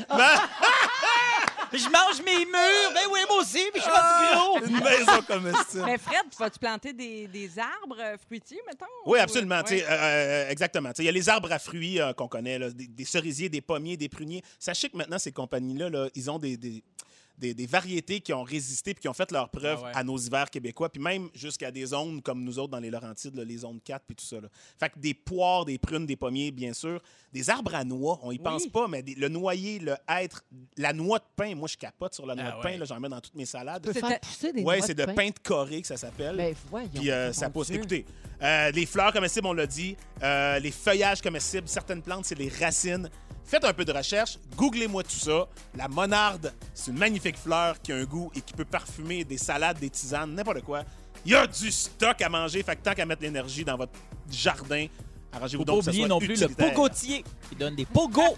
je mange mes murs. Ben oui, moi aussi, puis je mange du gros. Une maison comestible. Mais Fred, vas-tu planter des, des arbres euh, fruitiers, mettons? Oui, ou- absolument. tu sais, Ouais. euh, euh, exactement. Tu sais, Il y a les arbres à fruits euh, qu'on connaît, là, des, des cerisiers, des pommiers, des pruniers. Sachez que maintenant, ces compagnies-là, là, ils ont des, des, des- des variétés qui ont résisté puis qui ont fait leur preuve Ah ouais. à nos hivers québécois, puis même jusqu'à des zones comme nous autres dans les Laurentides, là, les zones 4 puis tout ça. là. Fait que des poires, des prunes, des pommiers, bien sûr. Des arbres à noix, on y pense pas, mais des- le noyer, le hêtre, la noix de pain. Moi, je capote sur la noix de ouais. pain. là, J'en mets dans toutes mes salades. Tu peux faire pousser des Oui, noix c'est de pain de Corée que ça s'appelle. Ben, voyons. Puis euh, mon ça pousse. Dieu. Écoutez, euh, les fleurs comestibles, on l'a dit. euh, les feuillages comestibles, certaines plantes, c'est les racines. Faites un peu de recherche, googlez-moi tout ça. La monarde, c'est une magnifique fleur qui a un goût et qui peut parfumer des salades, des tisanes, n'importe quoi. Il y a du stock à manger, fait que tant qu'à mettre l'énergie dans votre jardin, arrangez-vous Faut pas donc que ça oublier soit non plus le utilitaire. pogotier qui donne des pogos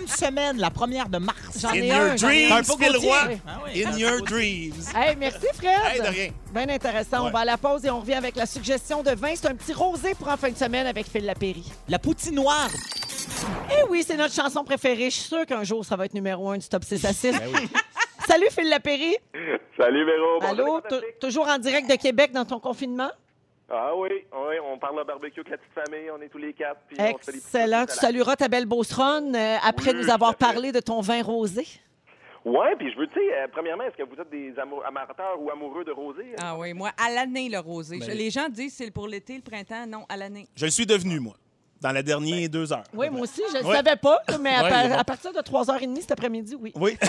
une semaine, la première de mars. J'en In ai your un, j'en ai un. Un dreams, pogotier, Phil Roy. oui. Ah oui, In un your pogotier. dreams. Hey, merci Fred. Hey, de rien. Bien intéressant. On Ouais. va à la pause et on revient avec la suggestion de vin. C'est un petit rosé pour en fin de semaine avec Phil Lapéry. La poutinoire. Eh oui, c'est notre chanson préférée. Je suis sûre qu'un jour, ça va être numéro un du top 6 à 6. Ben [laughs] Salut Phil Lapéry. Salut Véro. Bonjour, Allô, les fantastiques. tou- toujours en direct de Québec dans ton confinement? Ah oui, oui, on parle de barbecue avec la petite famille, on est tous les quatre. Puis on se fait des petites Excellent. Tu salades. salueras ta belle beauceronne euh, après Oui, nous tout avoir à fait. parlé de ton vin rosé. Ouais, puis je veux, tu sais, euh, premièrement, est-ce que vous êtes des amo- amateurs ou amoureux de rosé? hein? Ah oui, moi, à l'année, le rosé. Je- Ben- Les gens disent c'est pour l'été, le printemps. Non, à l'année. Je le suis devenu, moi, dans les dernières deux heures. Oui, moi aussi, je ne Ouais. savais pas, mais à, Ouais, par- il est bon. à partir de 3h30 cet après-midi, oui. Oui. Ben,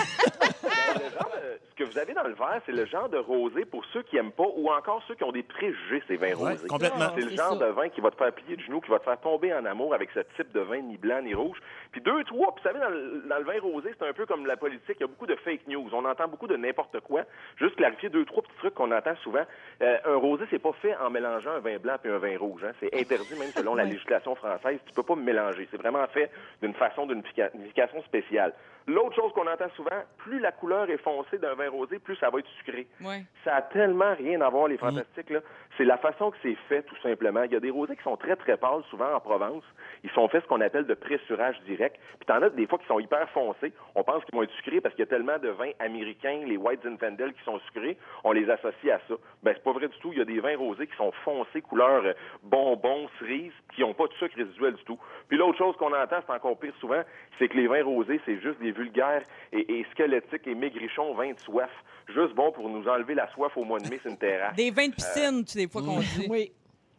le genre de- ce que vous avez dans le verre, c'est le genre de rosé pour ceux qui aiment pas ou encore ceux qui ont des préjugés, ces vins Ouais, rosés. complètement. C'est le C'est genre ça. de vin qui va te faire plier de genoux, qui va te faire tomber en amour avec ce type de vin ni blanc ni rouge. Puis deux, trois, puis vous savez, dans le, dans le vin rosé, c'est un peu comme la politique, il y a beaucoup de fake news. On entend beaucoup de n'importe quoi. Juste clarifier deux, trois petits trucs qu'on entend souvent. Euh, un rosé, c'est pas fait en mélangeant un vin blanc et un vin rouge. hein. C'est interdit même selon la législation française. Tu peux pas mélanger. C'est vraiment fait d'une façon, d'une pica- une pication spéciale. L'autre chose qu'on entend souvent, plus la couleur est foncée d'un vin rosé, plus ça va être sucré. Oui. Ça a tellement rien à voir, les fantastiques. là. C'est la façon que c'est fait, tout simplement. Il y a des rosés qui sont très, très pâles, souvent en Provence. Ils sont faits ce qu'on appelle de pressurage direct. Puis t'en as des fois qui sont hyper foncés. On pense qu'ils vont être sucrés parce qu'il y a tellement de vins américains, les White Zinfandel, qui sont sucrés. On les associe à ça. Ben, c'est pas vrai du tout. Il y a des vins rosés qui sont foncés, couleur euh, bonbon, cerise, qui n'ont pas de sucre résiduel du tout. Puis l'autre chose qu'on entend, c'est encore pire souvent, c'est que les vins rosés, c'est juste des vulgaires et, et squelettiques et maigrichons vins de soif. Juste bon pour nous enlever la soif au mois de mai, c'est une terrasse. Des vins de piscine, tu sais, des fois Mmh. qu'on dit. [laughs] Oui.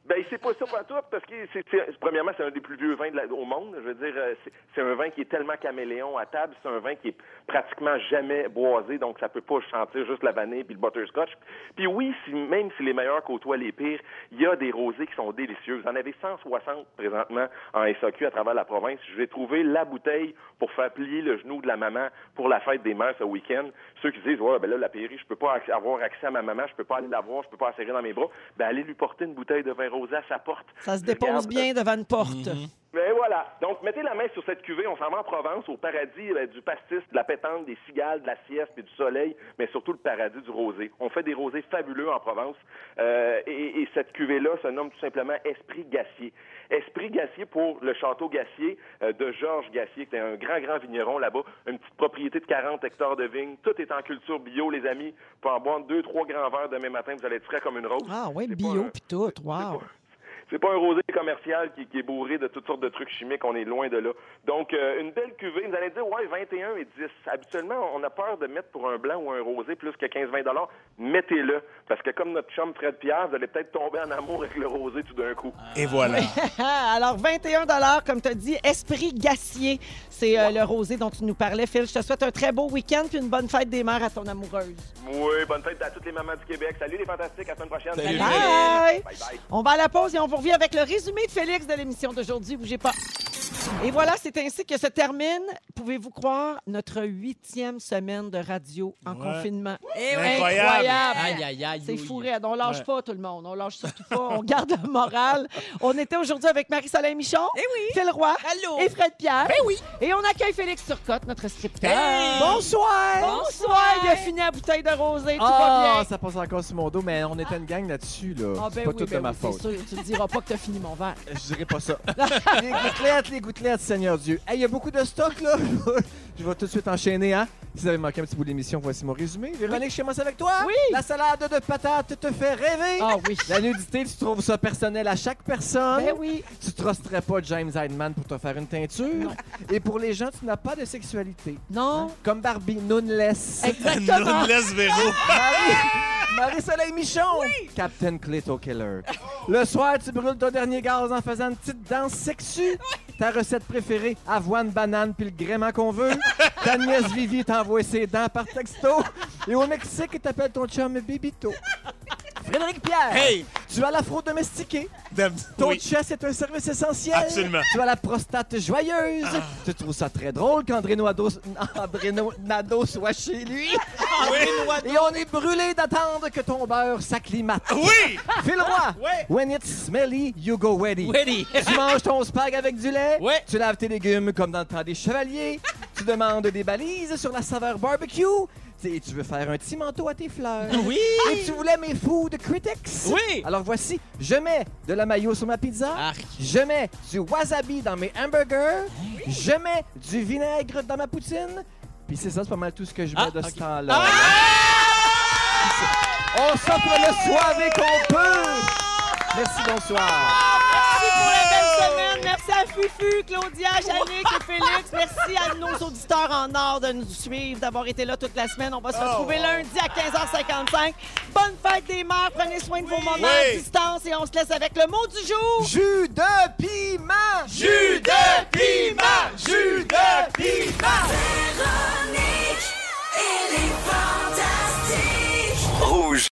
Ben, c'est pas ça pour tout, parce que, c'est, c'est- premièrement, c'est un des plus vieux vins de la- au monde. Je veux dire, euh, c'est, c'est un vin qui est tellement caméléon à table, c'est un vin qui est pratiquement jamais boisé, donc ça peut pas sentir juste la vanille puis le butterscotch. Puis oui, si, même si les meilleurs côtoient les pires, il y a des rosés qui sont délicieux. Vous en avez 160 présentement en SAQ à travers la province. Je vais trouver la bouteille pour faire plier le genou de la maman pour la fête des mères ce week-end. Ceux qui disent, ouais, ben là, la Péry, je peux pas acc- avoir accès à ma maman, je peux pas aller la voir, je peux pas la serrer dans mes bras. Ben, allez lui porter une bouteille de vin rosé à sa porte. Ça se Je dépose garde- bien devant une porte. Mhm. Mais voilà. Donc, mettez la main sur cette cuvée. On s'en va en Provence, au paradis euh, du pastis, de la pétanque, des cigales, de la sieste et du soleil, mais surtout le paradis du rosé. On fait des rosés fabuleux en Provence. Euh, et, et cette cuvée-là se nomme tout simplement Esprit Gassier. Esprit Gassier pour le château Gassier euh, de Georges Gassier, qui est un grand, grand vigneron là-bas. Une petite propriété de 40 hectares de vignes. Tout est en culture bio, les amis. Vous pouvez en boire deux, trois grands verres demain matin. Vous allez être frais comme une rose. Ah oui, C'est pas euh, bio un- puis tout. Wow. c'est pas un rosé commercial qui, qui est bourré de toutes sortes de trucs chimiques, on est loin de là. Donc, euh, une belle cuvée, vous allez dire, ouais, 21 et 10. Habituellement, on a peur de mettre pour un blanc ou un rosé plus que 15-20 Mettez-le, parce que comme notre chum Fred Pierre, vous allez peut-être tomber en amour avec le rosé tout d'un coup. Et voilà. Ah, Alors, 21 comme tu as dit, Esprit Gassier. C'est euh, le rosé dont tu nous parlais, Phil. Je te souhaite un très beau week-end puis une bonne fête des mères à ton amoureuse. Oui, bonne fête à toutes les mamans du Québec. Salut les fantastiques, à la semaine prochaine. Salut. Bye. Bye! Bye bye. On va à la pause et on vous revient avec le résumé de Félix de l'émission d'aujourd'hui. Bougez pas. Et voilà, c'est ainsi que se termine, pouvez-vous croire, notre huitième semaine de radio en Ouais. confinement. Eh oui. Incroyable. Aïe, aïe, aïe. C'est aïe. fou, raide. On lâche Ouais. pas tout le monde. On lâche surtout pas. On garde le moral. On était aujourd'hui avec Marie-Soleil Michon, Eh oui. Phil Roy Allô. Eh Eh et Fred Pierre. Et on accueille Félix Turcotte, notre scripteur. Bonsoir! Bonsoir. Il a fini à bouteille de rosée. Tout va Ah, bien. ça passe encore sur mon dos, mais on était une gang là-dessus, là. Ah, c'est pas tout de ma oui, c'est faute. sûr. Tu ne diras pas que tu as fini mon [laughs] verre. Je dirais pas ça. les gouttelettes, les gouttelettes, Seigneur Dieu. Hey, il y a beaucoup de stock, là. [laughs] Je vais tout de suite enchaîner, hein. Si vous avez manqué un petit bout de l'émission, voici mon résumé. Véronique, je commence avec toi. Oui. La salade de patates te fait rêver. Ah oui. La nudité, tu trouves ça personnel à chaque personne. Ben oui. Tu trusterais pas James Hydeman pour te faire une teinture. Et pour les gens, tu n'as pas de sexualité. Non. Comme Barbie, noneless. Exactement. Non, laisse Véro. Marie- Marie-Soleil Michon! Captain Clito Killer. Le soir, tu brûles ton dernier gaz en faisant une petite danse sexue. Ta recette préférée, avoine, banane, puis le gréement qu'on veut. Ta nièce Vivi t'envoie ses dents par texto. Et au Mexique, il t'appelle ton chum Bibito. Frédéric Pierre! Hey! Tu as l'afro domestiqué. Dame- Ton oui. chest est un service essentiel. Absolument. Ah. Tu as la prostate joyeuse. Tu trouves ça très drôle qu'André Noado, André No- Nadeau soit chez lui. Et on est brûlé d'attendre que ton beurre s'acclimate. Oui! Ah. Phil Roy, Ouais. when it's smelly, you go wetty. Ready. Tu manges ton spag avec du lait. Ouais. Tu laves tes légumes comme dans le temps des chevaliers. tu demandes des balises sur la saveur barbecue. Et tu veux faire un petit manteau à tes fleurs. Oui. Et tu voulais mes food critics. Oui. Ah. Alors voici, je mets de la mayo sur ma pizza. Arc. Je mets du wasabi dans mes hamburgers. Je mets du vinaigre dans ma poutine. Puis c'est ça, c'est pas mal tout ce que je mets Ah, de ok. ce temps-là. On s'offre le soirée qu'on peut. Merci, bonsoir. Merci pour la Oh! belle semaine. Merci à Fufu, Claudia, Yannick et Félix. Merci à nos auditeurs en or de nous suivre, d'avoir été là toute la semaine. On va se Oh, retrouver lundi à 15h55. Bonne fête des mères. Prenez soin de vos moments à Oui. distance et on se laisse avec le mot du jour. Jus de piment. Jus de piment! Jus de piment! Véronique, elle est